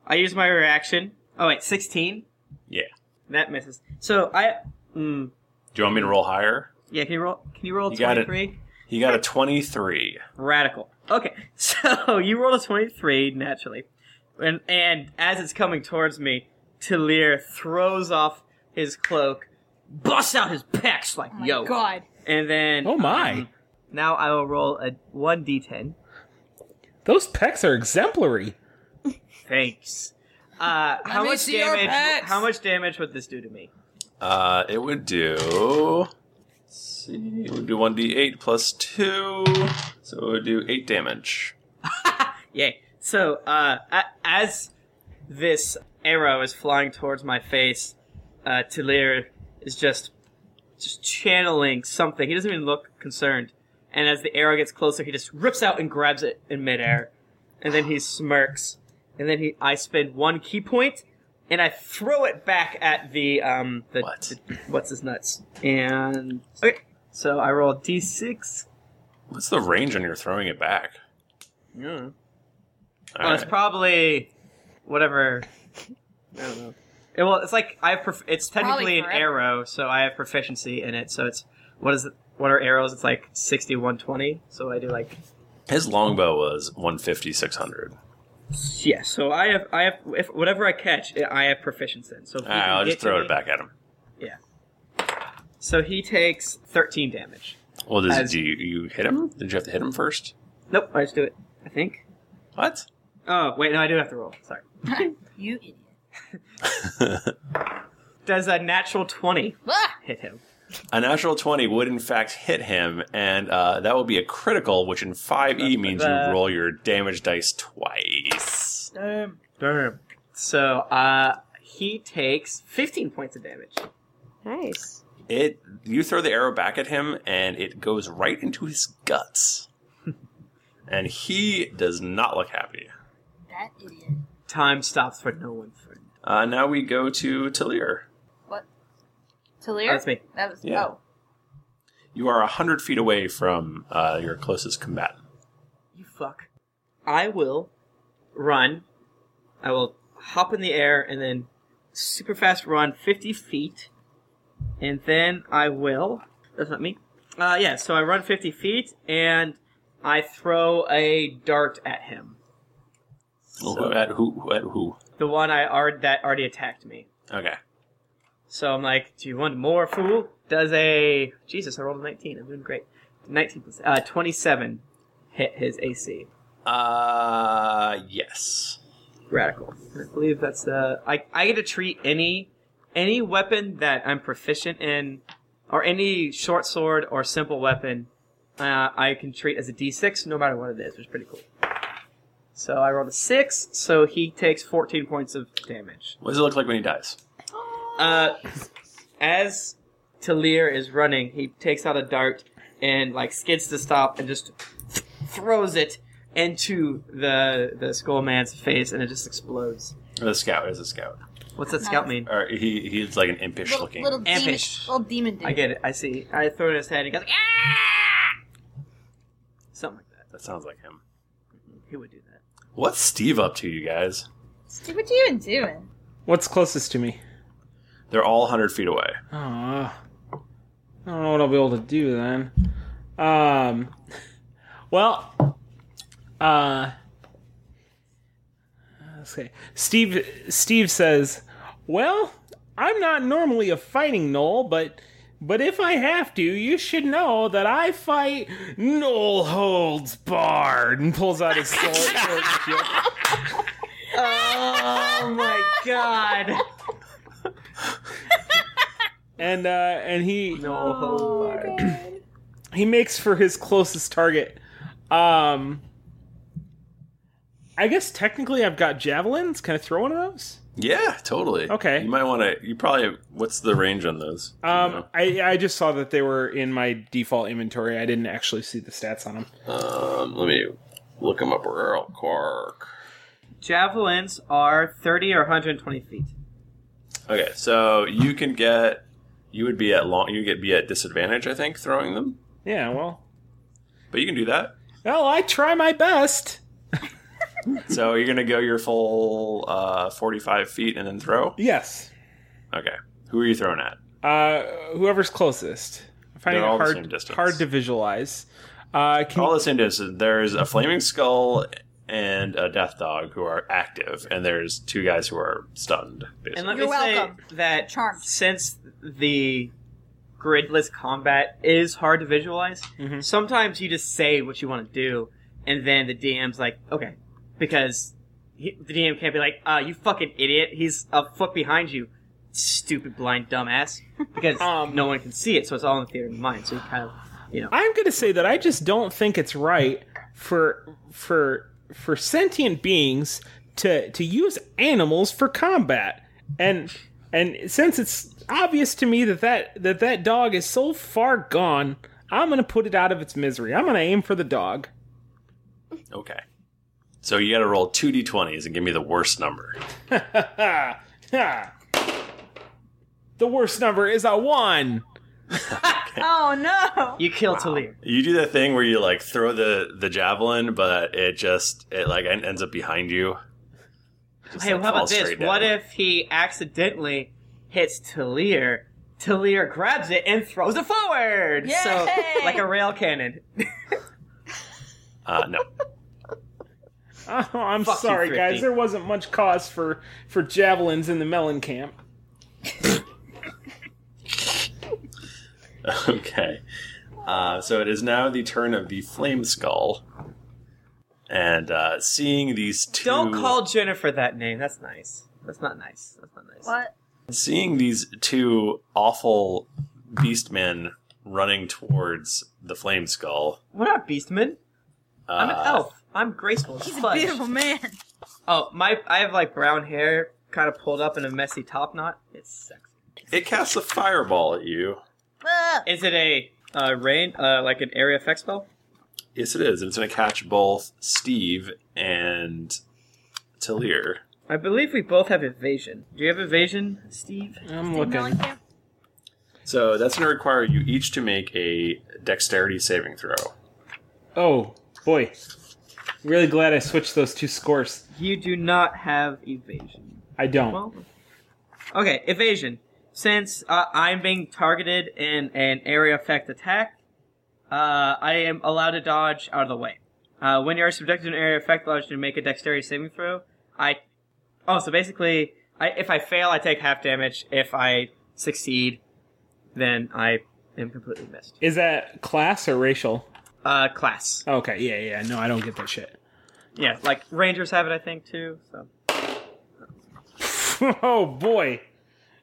D: I use my reaction. Oh wait, sixteen.
A: Yeah.
D: That misses. So I. Mm,
A: Do you want me to roll higher?
D: yeah, can you roll? Can you roll
A: You got it.
D: twenty-three?
A: He got a 23.
D: Radical. Okay, so you rolled a twenty-three naturally, and and as it's coming towards me, Talir throws off his cloak, busts out his pecs
E: Oh
D: like
C: my
D: yo,
C: God.
D: and then oh my. now I will roll a one d10.
E: Those pecs are exemplary.
D: Thanks. Uh,
E: Let
D: how
E: me
D: much
E: see your
D: damage?
E: pecs.
D: How much damage would this do to me?
A: Uh, it would do. Let's see. It would do 1d8 plus 2. So it would do 8 damage.
D: Yay. So, uh, a- as this arrow is flying towards my face, uh, Tilir is just just channeling something. He doesn't even look concerned. And as the arrow gets closer, he just rips out and grabs it in midair. And then he smirks. And then he, I spend one key point, and I throw it back at the um the, the- what's his nuts. And okay, so I roll d d6.
A: What's the range on your throwing it back?
D: Yeah.
A: All
D: well, it's
A: right.
D: probably whatever. I don't know. It- well, it's like I have. Prof- it's
L: Probably
D: technically an
L: forever.
D: arrow, so I have proficiency in it. So it's what is it? What are arrows? It's like sixty one twenty. So I do like
A: His longbow was 150, 600.
D: yeah. So I have I have if whatever I catch, I I have proficiency in. So if you
A: All right,
D: can
A: I'll
D: get
A: just
D: to
A: throw
D: me-
A: it back at him.
D: Yeah. So he takes thirteen damage.
A: Well, does,
D: As-
A: do you, you hit him? Did you have to hit him first?
D: Nope, I just do it. I think.
A: What?
D: Oh wait, no, I do have to roll. Sorry.
C: you idiot.
D: Does a natural twenty
C: Ah!
D: hit him?
A: A natural 20 would, in fact, hit him, and uh, that will be a critical, which in 5e means you
D: Uh,
A: roll your damage dice twice.
C: Damn.
D: Damn. So uh, he takes 15 points of damage.
B: Nice.
A: It You throw the arrow back at him, and it goes right into his guts. and he does not look happy.
C: That idiot.
D: Time stops for no one.
A: Uh, now we go to Talir.
C: What? Talir?
A: Oh, that's me.
C: That was
A: Yeah.
C: oh.
A: You are 100 feet away from uh, your closest combatant.
D: You fuck. I will run. I will hop in the air and then super fast run 50 feet. And then I will. That's not me. Uh, yeah, so I run 50 feet and I throw a dart at him.
A: at who? At who?
D: The one I already, that already attacked me.
A: Okay.
D: So I'm like, do you want more, fool? Does a. Jesus, I rolled a 19. I'm doing great. 19 plus. Uh, 27 hit his AC.
A: Uh, yes.
D: Radical. I believe that's the. I, I get to treat any any weapon that I'm proficient in, or any short sword or simple weapon, uh, I can treat as a d6 no matter what it is, which is pretty cool. So I rolled a 6, so he takes 14 points of damage.
A: What does it look like when he dies?
D: Uh, as Talir is running, he takes out a dart and like skids to stop and just throws it into the the skull man's face and it just explodes.
A: Or the scout is a scout.
D: What's that scout mean?
A: Or he he's like an impish looking.
C: Little demon,
D: Ampish.
C: little demon dude.
D: I get it. I see. I throw it in his head. And he goes, ah! Something like that.
A: That sounds like him.
D: He would do that.
A: What's Steve up to, you guys?
C: Steve, what are you even doing?
E: What's closest to me?
A: They're all 100 feet away.
E: Oh, I don't know what I'll be able to do then. Um, well, uh, okay. Steve Steve says, "Well, I'm not normally a fighting knoll, but but if I have to, you should know that I fight knoll holds barred." And pulls out his sword.
D: oh my god!
E: and uh, and he
A: oh
E: he makes for his closest target. Um, I guess technically I've got javelins. Can I throw one of those?
A: Yeah, totally.
E: Okay.
A: You might want to. You probably. What's the range on those?
E: Um, I I just saw that they were in my default inventory. I didn't actually see the stats on them.
A: Um, let me look them up real quick.
D: Javelins are 30 or 120 feet.
A: Okay, so you can get. You would be at long. You get be at disadvantage, I think, throwing them.
E: Yeah, well,
A: But you can do that.
E: well, I try my best.
A: so you're gonna go your full uh, 45 feet and then throw.
E: Yes.
A: Okay. Who are you throwing at?
E: Uh, whoever's closest. I find
A: They're
E: it
A: all the
E: hard
A: same distance.
E: hard to visualize. Uh, can
A: All the same distance. There's a flaming skull and a death dog who are active, and there's two guys who are stunned. Basically.
D: And let me say that since the gridless combat is hard to visualize, sometimes you just say what you want to do, and then the DM's like, okay, because he, the DM can't be like, uh, you fucking idiot, he's a foot behind you, stupid blind dumbass, because no one can see it, so it's all in the theater of the mind, so you kind of, you know.
E: I'm going to say that I just don't think it's right for for for sentient beings to to use animals for combat. And and since it's obvious to me that that that, that dog is so far gone, I'm going to put it out of its misery. I'm going to aim for the dog.
A: Okay. So you got to roll two d20s and give me the worst number.
E: the worst number is a 1.
C: Oh no!
D: You kill Talir.
A: You do that thing where you like throw the the javelin, but it just it like en- ends up behind you. Just,
D: hey,
A: like,
D: how about
A: falls
D: this?
A: straight down.
D: What if he accidentally hits Talir? Talir grabs it and throws it forward. So,
C: Yay!
D: like a rail cannon.
A: Uh, no.
E: Oh, I'm
D: Fuck you,
E: sorry,
D: Thrifty.
E: guys. There wasn't much cause for for javelins in the melon camp.
A: Okay. Uh, so it is now the turn of the flame skull, and uh, seeing these 2
D: Don't call Jennifer that name. That's nice. That's not nice. That's not nice.
C: What?
A: seeing these two awful beastmen running towards the flame skull.
D: What up, Beastman?
A: Uh,
D: I'm an elf. I'm graceful. as
C: He's a
D: fudge.
C: beautiful man.
D: Oh, my! I have like brown hair, kind of pulled up in a messy top knot. It's sexy.
A: It casts a fireball at you.
C: Ah,
D: Is it a uh, rain? Uh, like an area effect spell?
A: Yes, it is. It's going to catch both Steve and Talir.
D: I believe we both have evasion. Do you have evasion, Steve?
E: I'm looking.
C: Mellencamp?
A: So that's going to require you each to make a dexterity saving throw.
E: Oh boy.
N: Really glad I switched those two scores.
D: You do not have evasion.
N: I don't.
D: Well, okay, evasion. Since uh, I'm being targeted in an area effect attack, uh, I am allowed to dodge out of the way. Uh, when you are subjected to an area effect, allows you to make a dexterity saving throw. I oh, so basically, I, if I fail, I take half damage. If I succeed, then I am completely missed.
N: Is that class or racial?
D: Uh, class.
N: Okay, yeah, yeah. No, I don't get that shit.
D: Yeah, like rangers have it, I think too. So
N: oh boy,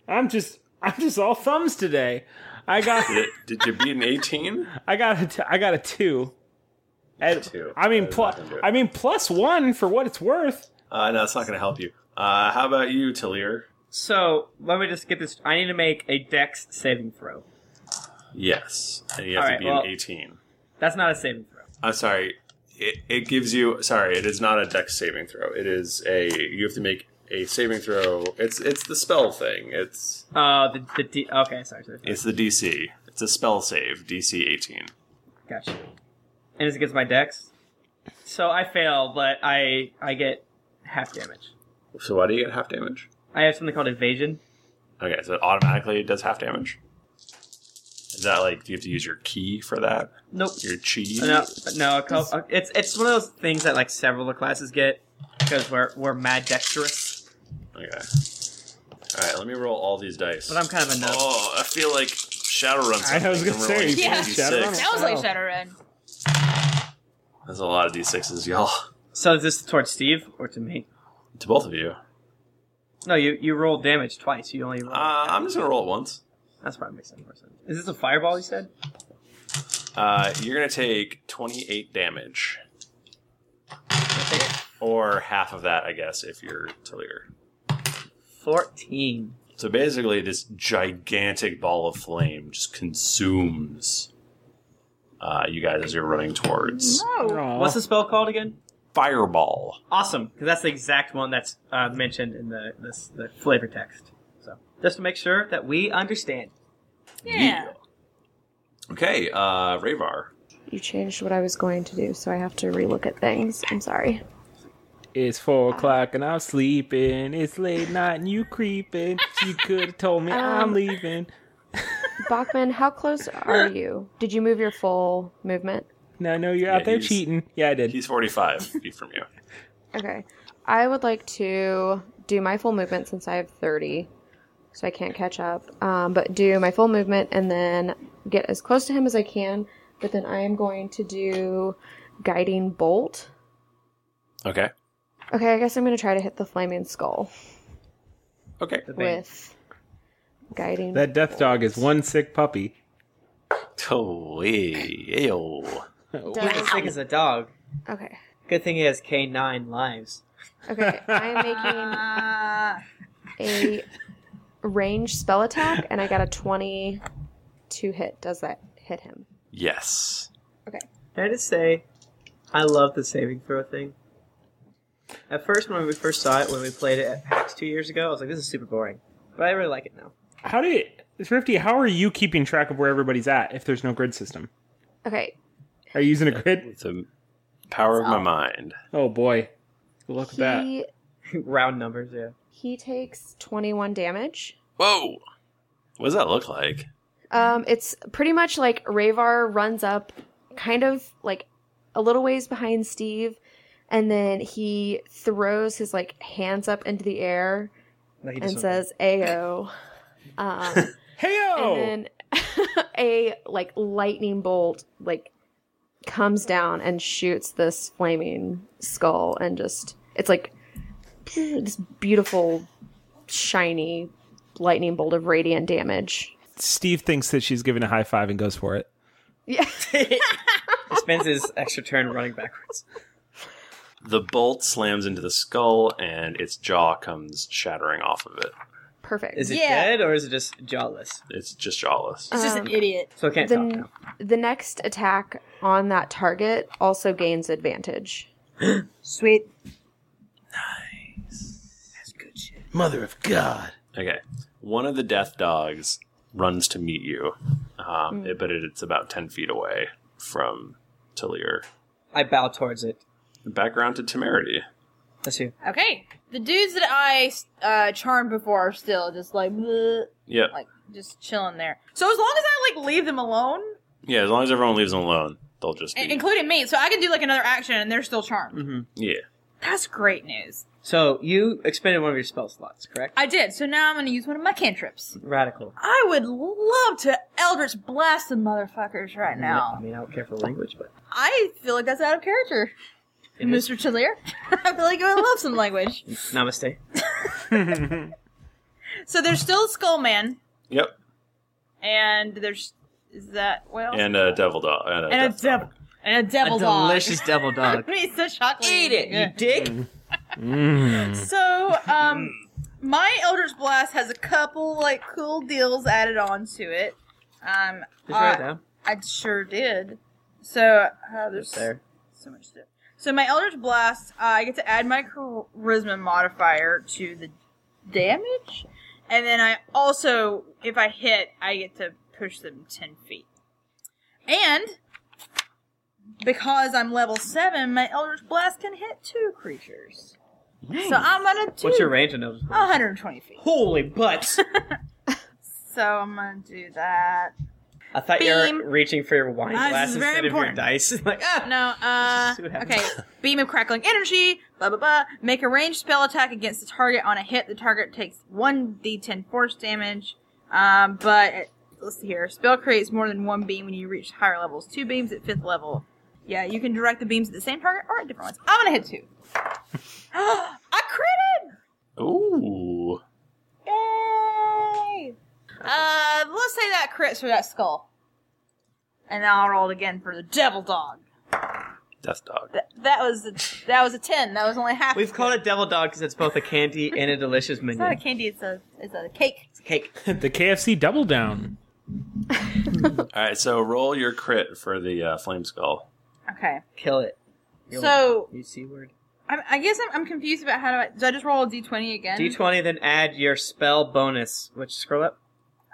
N: I'm just I'm just all thumbs today. I got
A: Did, it- did you beat an 18?
N: I got a t- I got a two. And
A: Two.
N: I mean
A: Uh,
N: plus
A: that'll do it.
N: I mean plus one for what it's worth.
A: Uh, no, it's not going to help you. Uh, how about you, Talir?
D: So let me just get this. I need to make a Dex saving throw.
A: Yes. And you have to
D: Alright,
A: be
D: well-
A: an 18.
D: That's not a saving throw.
A: I'm sorry. It, it gives you. Sorry, it is not a dex saving throw. It is a. You have to make a saving throw. It's it's the spell thing. It's
D: Oh, the the D, okay, sorry, sorry.
A: it's the DC. It's a spell save. DC 18.
D: Gotcha. And it's against my Dex. So I fail, but I I get half damage.
A: So why do you get half damage?
D: I have something called evasion.
A: Okay, so it automatically does half damage. Is that like do you have to use your key for that?
D: Nope.
A: Your chi.
D: No, no, a co- uh, it's it's one of those things that like several of the classes get because we're we're mad dexterous.
A: Okay. All right, let me roll all these dice.
D: But I'm kind of a nut.
A: Oh, I feel like Shadowrun.
D: I was
A: something.
D: gonna
A: I'm
D: say,
A: rolling
D: you played
A: 2d6.
D: Shadowrun?
C: That was like Shadowrun.
A: That's a lot of d6s, y'all.
D: So is this towards Steve or to me?
A: To both of you.
D: No, you you rolled damage twice. You only. Rolled
A: uh, I'm just gonna roll it once.
D: That's probably makes sense more sense. Is this a fireball? You said.
A: Uh, you're gonna take 28 damage, or half of that, I guess, if you're Talir.
D: 14.
A: So basically, this gigantic ball of flame just consumes uh, you guys as you're running towards
D: What's the spell called again?
A: fireball.
D: Awesome, because that's the exact one that's uh, mentioned in the this the flavor text. So just to make sure that we understand.
C: Yeah.
A: Okay, uh, Ravar.
B: You changed what I was going to do, so I have to relook at things. I'm sorry.
E: It's four o'clock and I'm sleeping. It's late night and you creeping. You could have told me I'm
B: Um,
E: leaving.
B: Bachman, how close are you? Did you move your full movement?
E: No, no, you're out there
A: he's-
E: cheating. Yeah, I did.
A: He's 45 feet from you.
B: Okay. I would like to do my full movement since I have 30, so I can't catch up. Um, but do my full movement and then get as close to him as I can. But then I am going to do guiding bolt.
A: Okay.
B: Okay, I guess I'm going to try to hit the flaming skull
A: Okay.
B: with guiding.
E: That death dog is one sick puppy.
A: Holy, ew.
D: He's as sick as a dog.
B: Okay.
D: Good thing he has K nine lives.
B: Okay, I am making a range spell attack, and I got a 20 to hit. Does that hit him?
A: Yes.
B: Okay.
D: Can I just say, I love the saving throw thing. At first, when we first saw it, when we played it at PAX two years ago, I was like, "This is super boring," but I really like it now.
N: How do you, Thrifty? How are you keeping track of where everybody's at if there's no grid system?
B: Okay.
N: Are you using a grid?
A: The power of my mind.
N: Oh boy, look at that.
B: He
D: Round numbers, yeah.
B: he takes 21 damage.
A: Whoa. What does that look like?
B: Um, it's pretty much like Ravar runs up, kind of like a little ways behind Steve, and then he throws his like hands up into the air
D: No, he
B: and
D: doesn't.
B: says "Ayo," um,
N: "Heyo,"
B: and then a like lightning bolt like comes down and shoots this flaming skull, and just it's like this beautiful, shiny lightning bolt of radiant damage.
E: Steve thinks that she's giving a high five and goes for it.
D: He spends his extra turn running backwards.
A: The bolt slams into the skull and its jaw comes shattering off of it.
B: Perfect.
D: Is it
B: Yeah.
D: dead or is it just jawless?
A: It's just jawless.
B: It's just an Um,
C: idiot.
D: So it can't
B: the,
D: talk
B: n-
D: now.
B: the next attack on that target also gains advantage.
C: Sweet.
A: Mother of God. Okay. One of the death dogs runs to meet you, um,
D: Mm.
B: Hmm.
A: it- but it, it's about 10 feet away from Talir.
D: I bow towards it.
A: Background to temerity.
D: That's you.
C: Uh, Okay. The dudes that I uh, charmed before are still just like, bleh,
A: Yeah.
C: like just chilling there. So as long as I like leave them alone,
A: Yeah, as long as everyone leaves them alone, they'll just
C: i-
A: be.
C: including me, so I can do like another action and they're still charmed.
D: Mm-hmm.
A: Yeah.
C: That's great news.
D: So you expended one of your spell slots, correct?
C: I did. So now I'm going to use one of my cantrips.
D: Radical.
C: I would love to Eldritch blast the motherfuckers right now.
D: I mean, I don't care for language, but
C: I feel like that's out of character.
D: It is.
C: Mr. Chalier, I feel like I would love some language.
D: namaste.
C: So there's still Skull Man,
A: Yep.
C: and there's is that well,
A: And a devil dog. And a
C: and a devil, and a devil dog,
D: devil
C: It's so chocolate.
M: Eat it, you dick.
A: Mm.
C: So, um, my Eldritch Blast has a couple like cool deals added on to it. Um,
D: Did you write
C: I-
D: it down?
C: I sure did. So uh, there's
D: there.
C: so much stuff. So my Eldritch Blast, uh, I get to add my Charisma modifier to the damage, and then I also, if I hit, I get to push them ten feet. And because I'm level seven, my Eldritch Blast can hit two creatures. So I'm gonna do.
D: What's your range on those?
C: 120 feet.
D: Holy butts!
C: So I'm gonna do that.
D: I thought you
C: Beam.
D: were reaching for your wine
C: Ah, this
D: glass
C: is
D: instead
C: very
D: of
C: important.
D: your dice. like,
C: Ah, no,
D: what
C: uh,
D: happens.
C: okay. Beam of crackling energy, blah blah blah. Make a ranged spell attack against the target on a hit. The target takes 1d10 force damage. Um, but it- let's see here. Spell creates more than one beam when you reach higher levels. Two beams at fifth level. Yeah, you can direct the beams at the same target or at different ones. I'm gonna hit two. I critted!
A: Ooh.
C: Yay! Uh, let's say that crits for that skull. And now I'll roll it again for the devil dog.
D: "Ah,
A: Death dog.
C: That, that was a, that was a ten. That was only half.
D: We've called it devil dog because it's both a candy and a delicious
C: It's not a
D: minion.
C: candy. It's a it's a cake.
D: It's a cake.
E: the KFC double down.
A: All right, so roll your crit for the uh, flame skull.
C: Okay.
D: Kill it.
C: So-
D: you c word.
C: I, I guess I'm, I'm confused about how do I do I just roll a d20 again?
D: D twenty, then add your spell bonus. Which scroll up?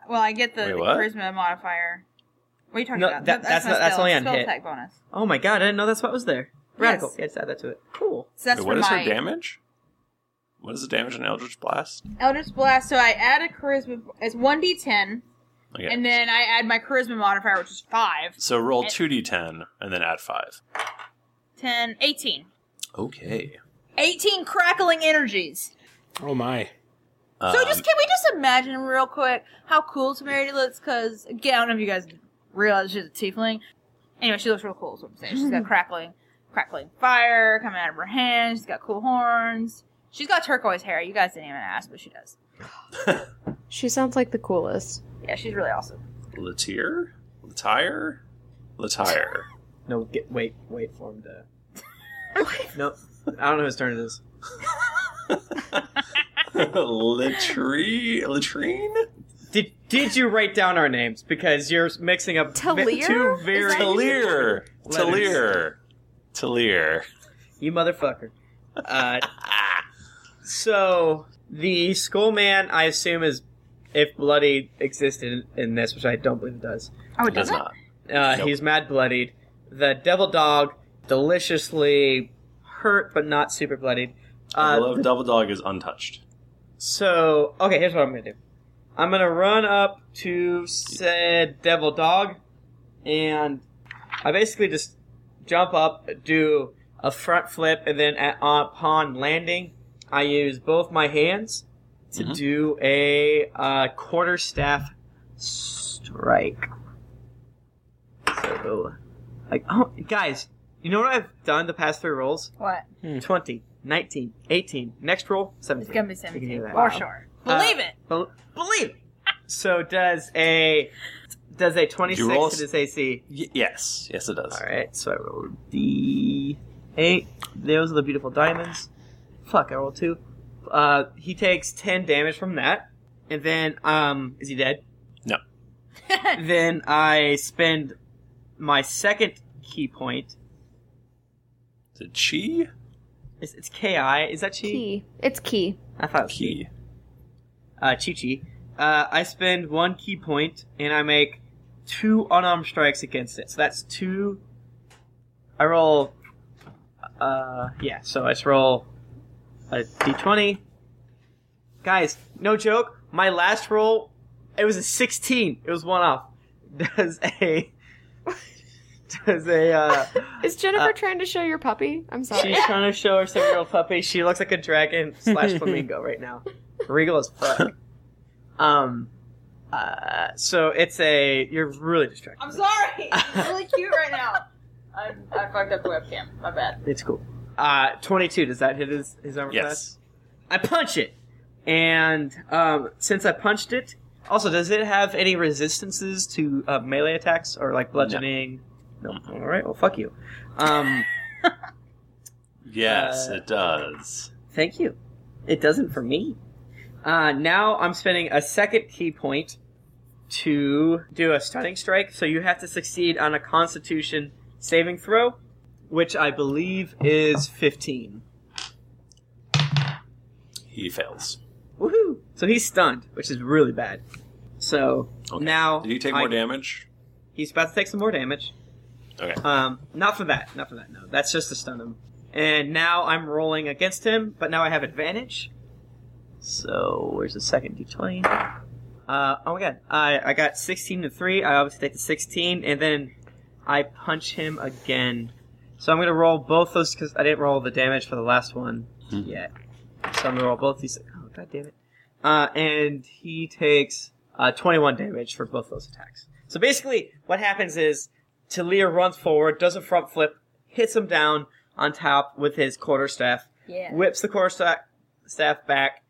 C: Well, I get the,
D: Wait,
C: the
D: what?
C: charisma modifier. What are you talking
D: No,
C: about?
D: that- that's
C: my
D: not- that's
C: spell-
D: only on
C: spell
D: hit.
C: attack bonus.
D: Oh my god, I didn't know that's what was there. Radical.
C: Yes.
D: Yeah, just add that to it. Cool.
C: So that's
A: Wait, what
C: for
A: is
C: my-
A: her damage? What is the damage on Eldritch Blast?
C: Eldritch Blast. So I add a charisma. It's one d10,
A: Okay.
C: and then I add my charisma modifier, which is five.
A: so roll
C: And-
A: 2d10 and then add 5.
C: 10, 18.
A: Okay.
C: 18 crackling energies.
E: Oh my.
C: so
A: Um,
C: just can we just imagine real quick how cool Temerity looks? Because again, I don't know if you guys realize she's a tiefling. Anyway, she looks real cool. Is what I'm saying. She's got crackling, crackling fire coming out of her hand. She's got cool horns. She's got turquoise hair. You guys didn't even ask, but she does.
B: She sounds like the coolest.
C: Yeah, she's really awesome.
A: Latier? Latire? Latire.
D: No, get, wait, wait for him to. no, I don't know whose turn it is.
A: Latrine? Latrine?
D: Did Did you write down our names? Because you're mixing up ve-
A: Talir?
D: two
A: Is
D: very
A: that- Talir. Talir. Talir.
D: You motherfucker. Uh, so the skull man, I assume, is if bloody existed in this, which I don't believe it does.
C: Oh, it does Does not.
D: Uh,
C: Nope.
D: He's mad bloodied. The devil dog, deliciously hurt but not super bloodied.
A: I
D: Uh,
A: love Double Dog is untouched.
D: So, okay, here's what I'm gonna do. I'm gonna run up to said devil dog, and I basically just jump up, do a front flip, and then at, uh, upon landing, I use both my hands to do a uh, quarter staff strike. So, like, oh, guys, you know what I've done the past three rolls?
C: What?
D: 20, 19, 18. Next roll, 17.
C: It's gonna be
D: You can do
C: 17
D: that. Uh,
C: for sure. Believe it.
D: Bel- believe it. So does a does a 26
A: You roll
D: to
A: s-
D: this AC?
A: Y- yes. Yes, it does.
D: All right, so I rolled D8. Those are the beautiful diamonds. Fuck, I rolled two. Uh, he takes 10 damage from that. And then, um, is he dead?
A: No.
D: then I spend my second key point.
A: Is it chi?
D: It's, it's KI. Is that chi?
B: Key. It's key.
D: I thought it was
A: key.
D: Uh, Chi Chi. Uh, I spend one key point and I make two unarmed strikes against it. So that's two. I roll Uh, yeah, so I just roll a d20. Guys, no joke, my last roll, it was a 16. It was one off. Does a. Does a. Uh,
B: Is Jennifer
D: Uh,
B: trying to show your puppy? I'm sorry.
D: she's trying to show her seven year old puppy. She looks like a dragon slash flamingo right now. Regal as fuck. Um. Uh, so it's a. You're really distracted.
C: I'm sorry. It's really cute right now. I, I fucked up the webcam. My bad.
D: It's cool. Uh, 22. Does that hit his, his armor
A: Yes.
D: class? I punch it. And um, since I punched it, also, does it have any resistances to uh, melee attacks or like bludgeoning? No. All right. Well, fuck you. Um, Uh,
A: Yes, it does.
D: thank you. It doesn't for me. Uh, now I'm spending a second key point to do a stunning strike. So you have to succeed on a Constitution saving throw, which I believe is 15.
A: He fails.
D: Woohoo! So he's stunned, which is really bad. So now
A: Did he take
D: I-
A: more damage?
D: He's about to take some more damage.
A: Okay.
D: Um, not for that. Not for that. No, that's just to stun him. And now I'm rolling against him, but now I have advantage. So where's the second d20? Uh, oh my god, I I got 16 to three. I obviously take the 16, and then I punch him again. So I'm gonna roll both those because I didn't roll the damage for the last one
A: Mhm.
D: yet. So I'm gonna roll both these. Oh god damn it! Uh, and he takes uh, 21 damage for both those attacks. So basically, what happens is Talia runs forward, does a front flip, hits him down on top with his quarterstaff,
C: Yeah.
D: whips the quarterstaff staff back,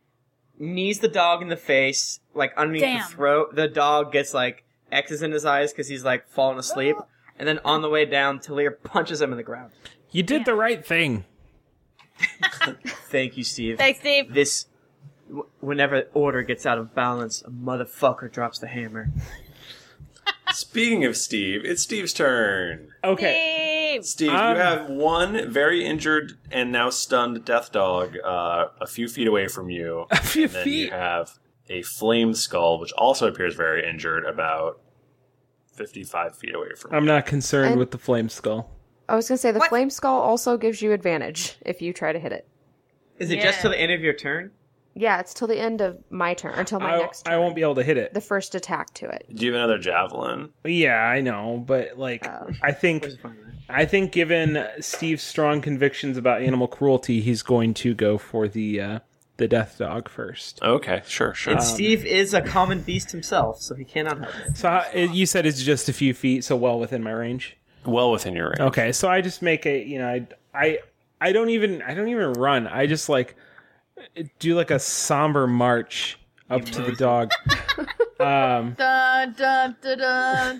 D: knees the dog in the face, like underneath
C: Damn.
D: the throat. The dog gets like X's in his eyes because he's like falling asleep. And then on the way down, Talia punches him in the ground.
E: You did the right thing.
D: Thank you, Steve.
C: Thanks, Steve.
D: This, w- whenever order gets out of balance, a motherfucker drops the hammer.
A: Speaking of Steve, it's Steve's turn.
C: Okay.
A: Steve,
E: Um,
A: you have one very injured and now stunned death dog uh, a few feet away from you. A few and then You
E: feet.
A: have a flame skull, which also appears very injured, about fifty-five feet away from.
E: I'm not concerned
B: And-
E: with the flame skull.
B: I was gonna say the flame skull also gives you advantage if you try to hit it.
D: Is it just till the end of your turn?
B: Yeah, it's till the end of my turn, until my
D: Oh.
E: I,
B: next,
E: I won't be able to hit it.
B: the first attack to it.
A: Do you have another javelin?
E: Yeah, I know, but like I think I think given Steve's strong convictions about animal cruelty, he's going to go for the uh the death dog first.
A: Okay, sure, sure.
D: And Steve is a common beast himself, so he cannot help it.
E: So how, you said it's just a few feet, so well within my range.
A: Well within your range.
E: Okay, so I just make a you know I I I don't even I don't even run. I just like do like a somber march up to the dog. um
C: Dun, dun, dun, dun, dun, dun,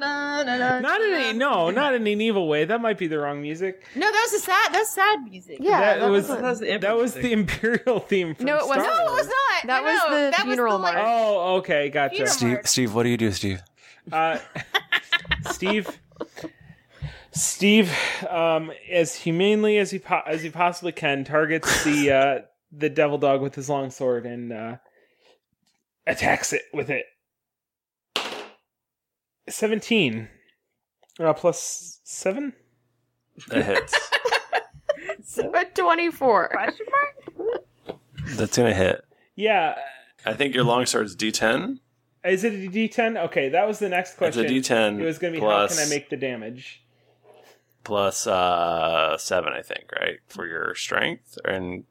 C: dun, dun, dun.
E: not in a, no, not in an evil way. That might be the wrong music.
C: No, that was a sad. That's sad music.
E: that, was that was the imperial theme. From
B: No, it wasn't.
E: Star Wars.
C: No, it was not.
B: That
C: No,
B: was
C: no,
B: the
C: that was
B: funeral
C: like-
B: march.
E: Oh, okay, gotcha.
A: Steve, Steve, what do you do, Steve?
E: Uh, Steve, Steve, um, as humanely as he po- as he possibly can, targets the uh, the devil dog with his long sword and uh, attacks it with it. Seventeen uh, plus seven.
A: That hits.
B: But twenty-four.
A: That's gonna hit.
E: Yeah,
A: I think your longsword is D10.
E: is it a D10? Okay, that was the next
A: It's a
E: question.
A: D10
E: It was going to be how
A: plus-
E: can I make the damage?
A: plus uh seven, I think, right? For your strength and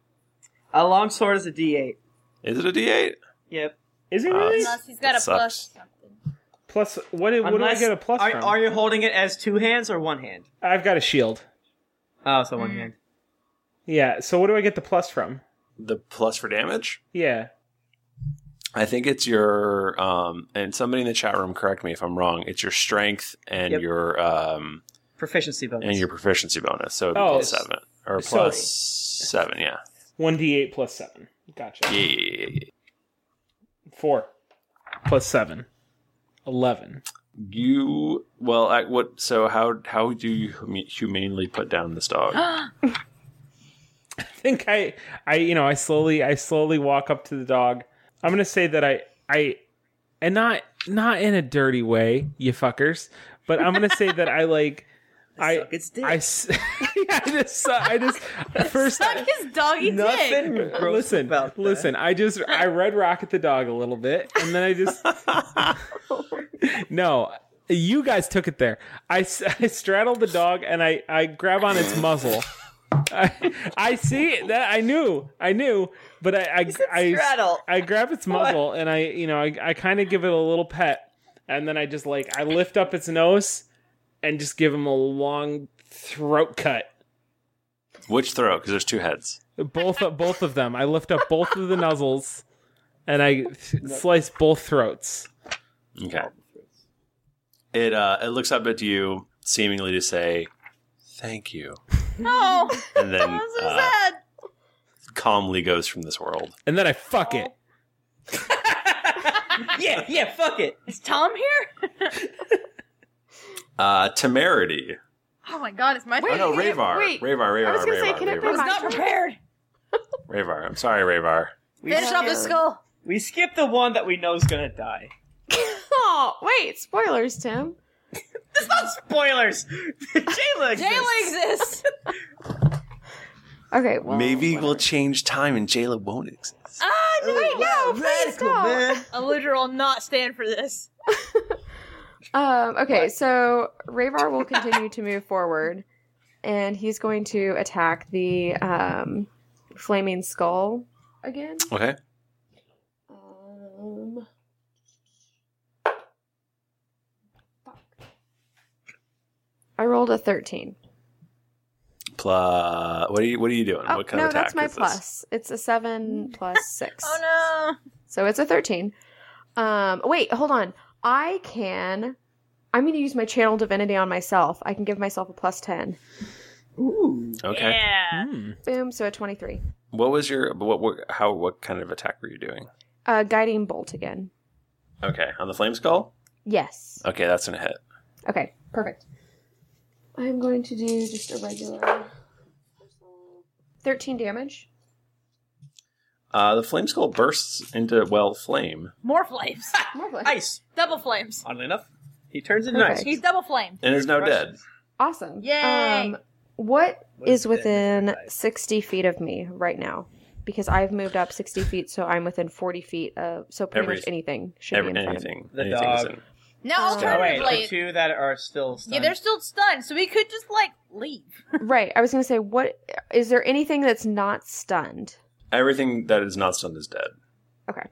D: A long sword is a D8.
A: is it a D eight?
D: Yep.
E: Is it
A: Uh,
E: really?
A: Unless he's got a sucks.
E: plus. Plus, what? do- What
D: Unless-
E: do I get a plus
D: are,
E: from?
D: Are you holding it as two hands or one hand?
E: I've got a shield.
D: Oh, so
C: Mm.
D: one hand.
E: Yeah. So what do I get the plus from?
A: The plus for damage?
E: Yeah.
A: I think it's your um and somebody in the chat room correct me if I'm wrong, it's your strength and
D: Yep.
A: your um
D: Proficiency bonus.
A: and your proficiency bonus. So it'd be
E: Oh,
A: plus
E: it's-
A: seven. Or
E: so-
A: plus seven, yeah.
E: One d eight plus seven. Gotcha.
A: Yeah.
E: Four plus seven. Eleven.
A: You well I, what so how how do you hum- humanely put down this dog?
E: I think I I you know I slowly I slowly walk up to the dog. I'm gonna say that I I and not not in a dirty way, you fuckers, but I'm gonna say that I like I it's dick. I, s- I just saw- I just first
C: Suck his doggy
E: nothing
C: dick.
E: listen listen I just I read Rocket the dog a little bit and then I just no you guys took it there I, s- I straddled the dog and I I grab on its muzzle I, I see that I knew I knew but I I I,
M: straddle.
E: I grab its muzzle and I you know I, I kind of give it a little pet and then I just like I lift up its nose and just give him a long throat cut.
A: Which throw? Because there's two heads.
E: Both of both of them. I lift up both of the nuzzles, and I th- slice both throats.
A: Okay. It uh, it looks up at you, seemingly to say thank you,
C: No.
A: and then
C: I'm so
A: uh,
C: sad.
A: calmly goes from this world.
E: And then I fuck it.
C: yeah, yeah, fuck it. Is Tom here?
A: Uh, temerity.
C: Oh my god, it's my
A: Oh, no, Ravar. Ravar, Ravar, Ravar, Ravar.
C: was not prepared.
A: Ravar, I'm sorry, Ravar.
C: Finish off his skull.
D: We skipped the one that we know is gonna die.
B: Oh, wait, spoilers, Tim.
D: It's not spoilers. Jayla exists.
C: Jayla exists.
B: Okay,
A: Maybe we'll change time and Jayla won't exist.
C: Ah, no, wait,
B: no, please
C: radical,
B: don't.
C: Man. A literal not stand for this.
B: Um, okay, so Ravar will continue to move forward, and he's going to attack the um, flaming skull again.
A: Okay.
B: Um, I rolled a thirteen.
A: Pla- what are you What are you doing?
B: Oh
A: what kind
B: no,
A: of attack
B: that's my
A: is this?
B: plus. It's a seven plus six.
C: oh no!
B: So it's a thirteen. Um, wait, hold on. I can. I'm going to use my channel divinity on myself. I can give myself a plus ten.
A: Ooh. Okay.
C: Yeah.
A: Hmm.
B: Boom. So a twenty-three.
A: What was your what, what how what kind of attack were you doing?
B: Uh, guiding bolt again.
A: Okay, on the flame skull.
B: Yes.
A: Okay, that's gonna hit.
B: Okay. Perfect. I'm going to do just a regular. Thirteen damage.
A: Uh, the flame skull bursts into well flame,
C: More flames.
B: More flames.
D: Ice.
C: Double flames.
D: Oddly enough, he turns into
B: Perfect.
D: ice.
C: He's double flamed.
A: and is now dead.
B: Awesome.
C: Yay.
B: Um, what is within sixty feet of me right now? Because I've moved up sixty feet, so I'm within forty feet of. So pretty
A: Every-
B: much anything should
A: Every,
B: be in front of me.
A: anything,
D: The
A: anything
D: dog.
A: is in.
C: Now,
D: Oh, wait, the
C: alternatively,
D: two that are still stunned.
C: yeah, they're still stunned, so we could just like leave.
B: Right. I was going to say, what is there anything that's not stunned?
A: Everything that is not stunned is dead.
B: Okay.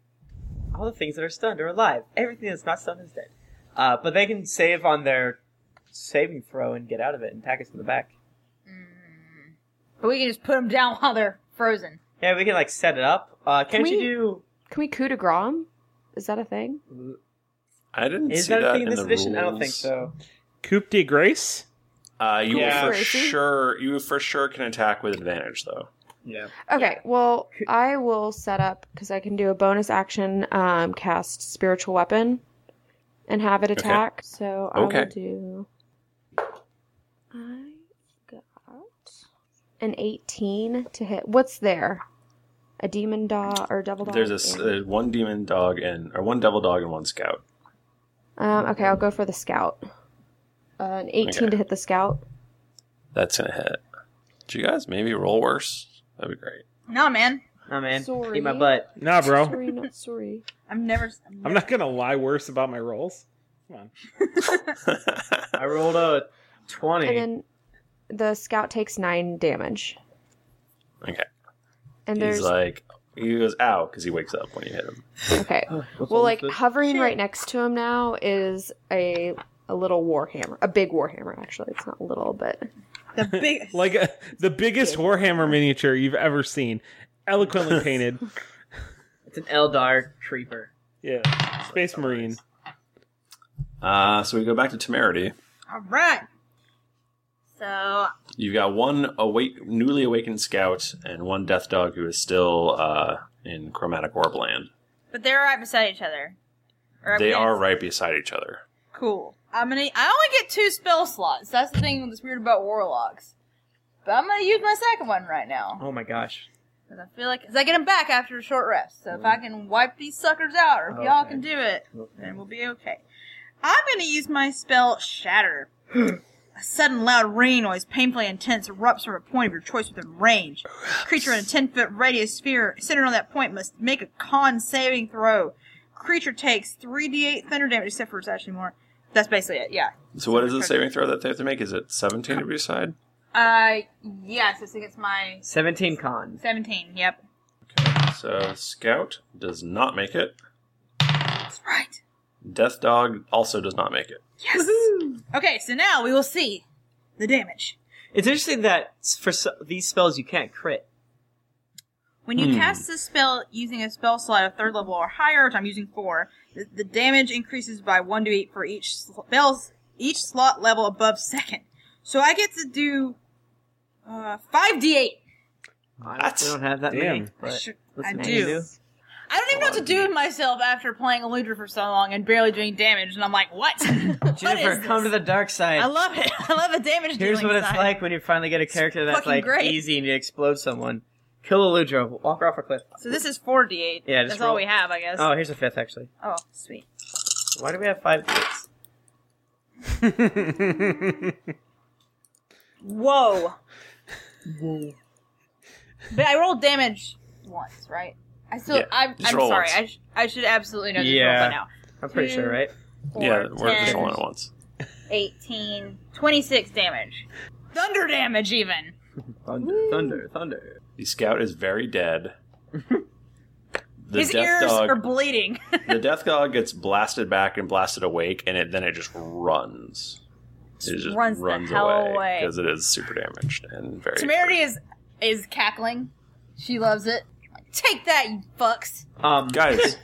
D: all the things that are stunned are alive. Everything that's not stunned is dead. Uh, but they can save on their saving throw and get out of it and pack us in the back.
C: But we can just put them down while they're frozen.
D: Yeah, we can like set it up. Uh, can't
B: Can
D: you
B: we-
D: do?
B: Can we coup de grace? 'em? Is that a thing?
A: I didn't
D: Is
A: see
D: that
A: that,
D: a thing in this
A: the
D: edition? I don't think
A: rules.
D: so.
E: Coupe de grace.
A: Uh, you
D: Yeah.
A: will for
B: Gracie?
A: sure you for sure can attack with advantage though.
D: Yeah.
B: Okay. Well, I will set up because I can do a bonus action, um, cast spiritual weapon, and have it attack. So I
A: Okay.
B: will do. I got an eighteen to hit. What's there? A demon dog or double dog?
A: There's a s-
B: Yeah.
A: uh, one demon dog and or one devil dog and one scout.
B: Um, okay, I'll go for the scout. Uh, an eighteen
A: Okay.
B: to hit the scout.
A: That's gonna hit. Did you guys maybe roll worse? That'd be great.
C: Nah, man.
D: Oh man,
B: Sorry.
D: eat my butt.
E: Nah, bro.
B: Sorry, not sorry.
C: I'm never. I'm never
E: I'm not gonna lie worse about my rolls. Come on.
D: I rolled a
B: And
D: twenty.
B: then the scout takes nine damage.
A: Okay.
B: And
A: He's
B: there's
A: like he goes ow because he wakes up when you hit him.
B: okay. Well, like hovering right next to him now is a a little warhammer, a big warhammer actually. It's not little, but
C: the big.
E: Like uh, the biggest Warhammer miniature you've ever seen, eloquently painted.
D: It's an Eldar creeper.
E: Yeah, Space Marine.
A: Uh, so we go back to temerity.
C: All right. So
A: You've got one awake, newly awakened scout and one death dog who is still uh, in chromatic orb land.
C: But they're right beside each other. Or
A: They
C: against-
A: are right beside each other.
C: cool. I'm gonna. I only get two spell slots. That's the thing that's weird about warlocks. But I'm gonna use my second one right now
D: Oh my gosh.
C: 'Cause I feel like cause I get them back after a short rest. So if I can wipe these suckers out, or if y'all can do it, then we'll be okay. I'm gonna use my spell Shatter. A sudden loud ringing noise, painfully intense, erupts from a point of your choice within range. Creature in a 10 foot radius sphere centered on that point must make a con saving throw. Creature takes 3d8 thunder damage, except for it's actually more. That's basically it, yeah.
A: So what is the saving throw that they have to make? Is it 17 to be side?
C: Uh, yes, I think it's my
D: 17 con.
C: 17, yep.
A: So Scout does not make it.
C: That's right.
A: Death Dog also does not make it.
C: Yes! Okay, so now we will see the damage.
D: It's interesting that s- for s- these spells you can't crit.
C: When you
D: Hmm.
C: cast this spell using a spell slot of third level or higher, which I'm using four, the, the damage increases by one to eight for each spells, each slot level above second. So I get to do uh, five d8.
D: I don't, we don't have that
N: Damn.
D: many. But
C: Sure,
D: that's
C: I
D: what
C: do.
D: you do.
C: I don't even know what to do with myself after playing Eludra for so long and barely doing damage, and I'm like, what?
D: Jennifer, come to the dark side.
C: I love it. I love the damage.
D: Here's
C: dealing
D: what it's
C: side.
D: like when you finally get a character that's
C: fucking
D: like
C: great.
D: easy and you explode someone. Kill Eludra, walk her off a cliff.
C: So this is four d8.
D: Yeah, just
C: that's all
D: roll.
C: we have, I guess.
D: Oh, here's a fifth actually.
C: oh, sweet.
D: Why do we have five kids?
C: Whoa. But I rolled damage once, right? I still,
D: Yeah,
C: I'm,
D: just
C: I'm
D: roll
C: sorry.
D: once.
C: I, sh- I should absolutely know this roll by now.
D: I'm pretty
C: Two,
D: sure, right?
C: four, Yeah, we're just 10. rolling it
A: once.
C: 18, 26 damage. Thunder damage, even.
D: Thunder, thunder, thunder.
A: The Scout is very dead. The
C: His
A: Death
C: ears
A: Dog,
C: are bleeding.
A: the Death Dog gets blasted back and blasted awake, and it then it just runs. It just
C: runs
A: runs,
C: the hell away.
A: away because it is super damaged and very.
C: Temerity is is cackling. She loves it. Take that, you fucks.
D: Um,
A: guys,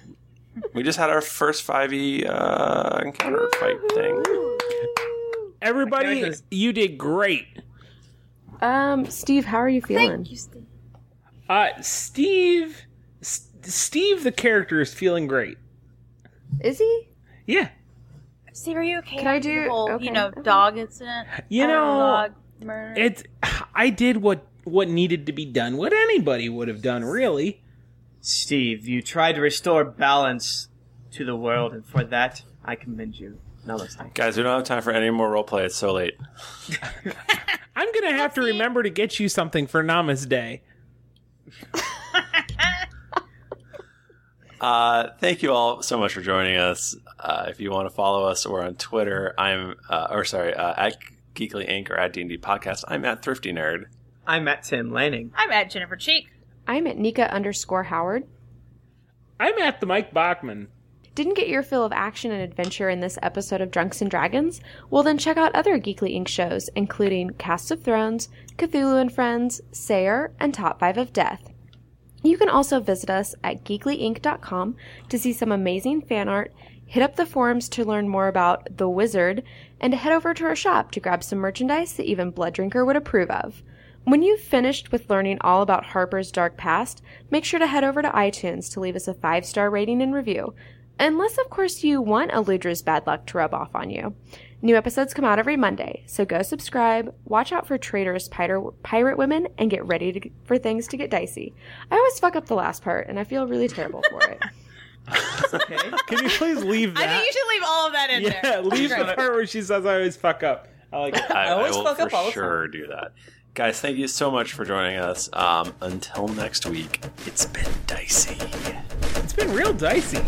A: we just had our first five e uh, encounter fight thing.
E: Everybody, you did great.
B: Um, Steve, how are you feeling?
E: Uh, Steve, S- Steve, the character is feeling great.
B: Is he?
E: Yeah.
C: See, are you okay?
B: Can I
C: after the
B: do-
C: whole,
B: okay,
C: you know,
B: okay.
C: dog incident?
E: You
C: Or
E: know,
C: dog murder?
E: It's. I did what what needed to be done. What anybody would have done, really.
D: Steve, you tried to restore balance to the world, and for that, I commend you. Namaste.
A: Guys, we don't have time for any more roleplay. It's so late.
E: I'm gonna have to remember to get you something for Nama's Day.
A: Uh, thank you all so much for joining us. Uh, if you want to follow us, we're on Twitter. I'm, uh, or sorry, uh, at Geekly Inc. or at D&D Podcast. I'm at Thrifty Nerd.
D: I'm at Tim Lanning.
C: I'm at Jennifer Cheek.
B: I'm at Nika underscore Howard.
E: I'm at the Mike Bachman.
B: Didn't get your fill of action and adventure in this episode of Drunks and Dragons? Well, then check out other Geekly Inc. shows, including Cast of Thrones, Cthulhu and Friends, Sayer, and Top 5 of Death. You can also visit us at geeklyinc.com to see some amazing fan art, hit up the forums to learn more about The Wizard, and head over to our shop to grab some merchandise that even Blood Drinker would approve of. When you've finished with learning all about Harper's dark past, make sure to head over to iTunes to leave us a five star rating and review. Unless, of course, you want Eludra's bad luck to rub off on you. New episodes come out every Monday, so go subscribe, watch out for traitorous piter- pirate women, and get ready to, for things to get dicey. I always fuck up the last part, and I feel really terrible for it.
E: Can you please leave
C: I think
E: that?
C: you should leave all of that in
E: yeah,
C: there.
E: leave
C: Great.
E: the part where she says I always fuck up. I like it.
A: I, I will for sure do that. Guys, thank you so much for joining us. Um, until next week, it's been dicey.
E: It's been real dicey.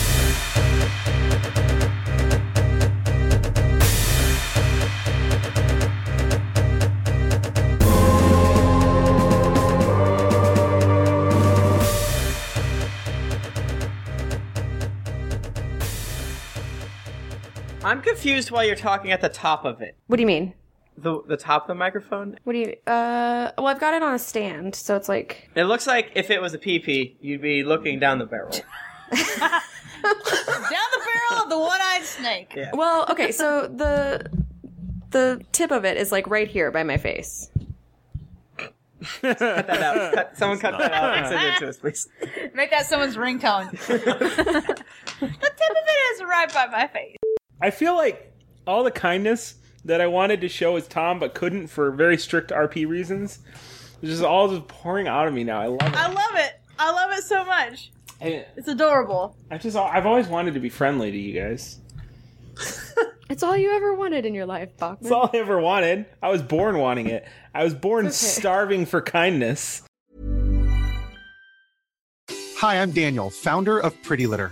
D: I'm confused why you're talking at the top of it.
B: What do you mean?
D: the the top of the microphone?
B: What do you? Uh, well, I've got it on a stand, so it's like
D: It looks like if it was a PP, you'd be looking down the barrel.
C: Down the barrel of the one-eyed snake.
B: Well, okay, so the the tip of it is like right here by my face.
D: cut that out. Cut, someone cut that out and send it to us, please.
C: Make that someone's ringtone. the tip of it is right by my face.
E: I feel like all the kindness that I wanted to show as Tom but couldn't for very strict RP reasons is just all just pouring out of me now. I love it.
C: I love it. I love it so much.
E: I,
C: It's adorable.
E: I just I've always wanted to be friendly to you guys.
B: It's all you ever wanted in your life, Bachman.
E: It's all I ever wanted. I was born wanting it. I was born starving for kindness.
O: Hi, I'm Daniel, founder of Pretty Litter.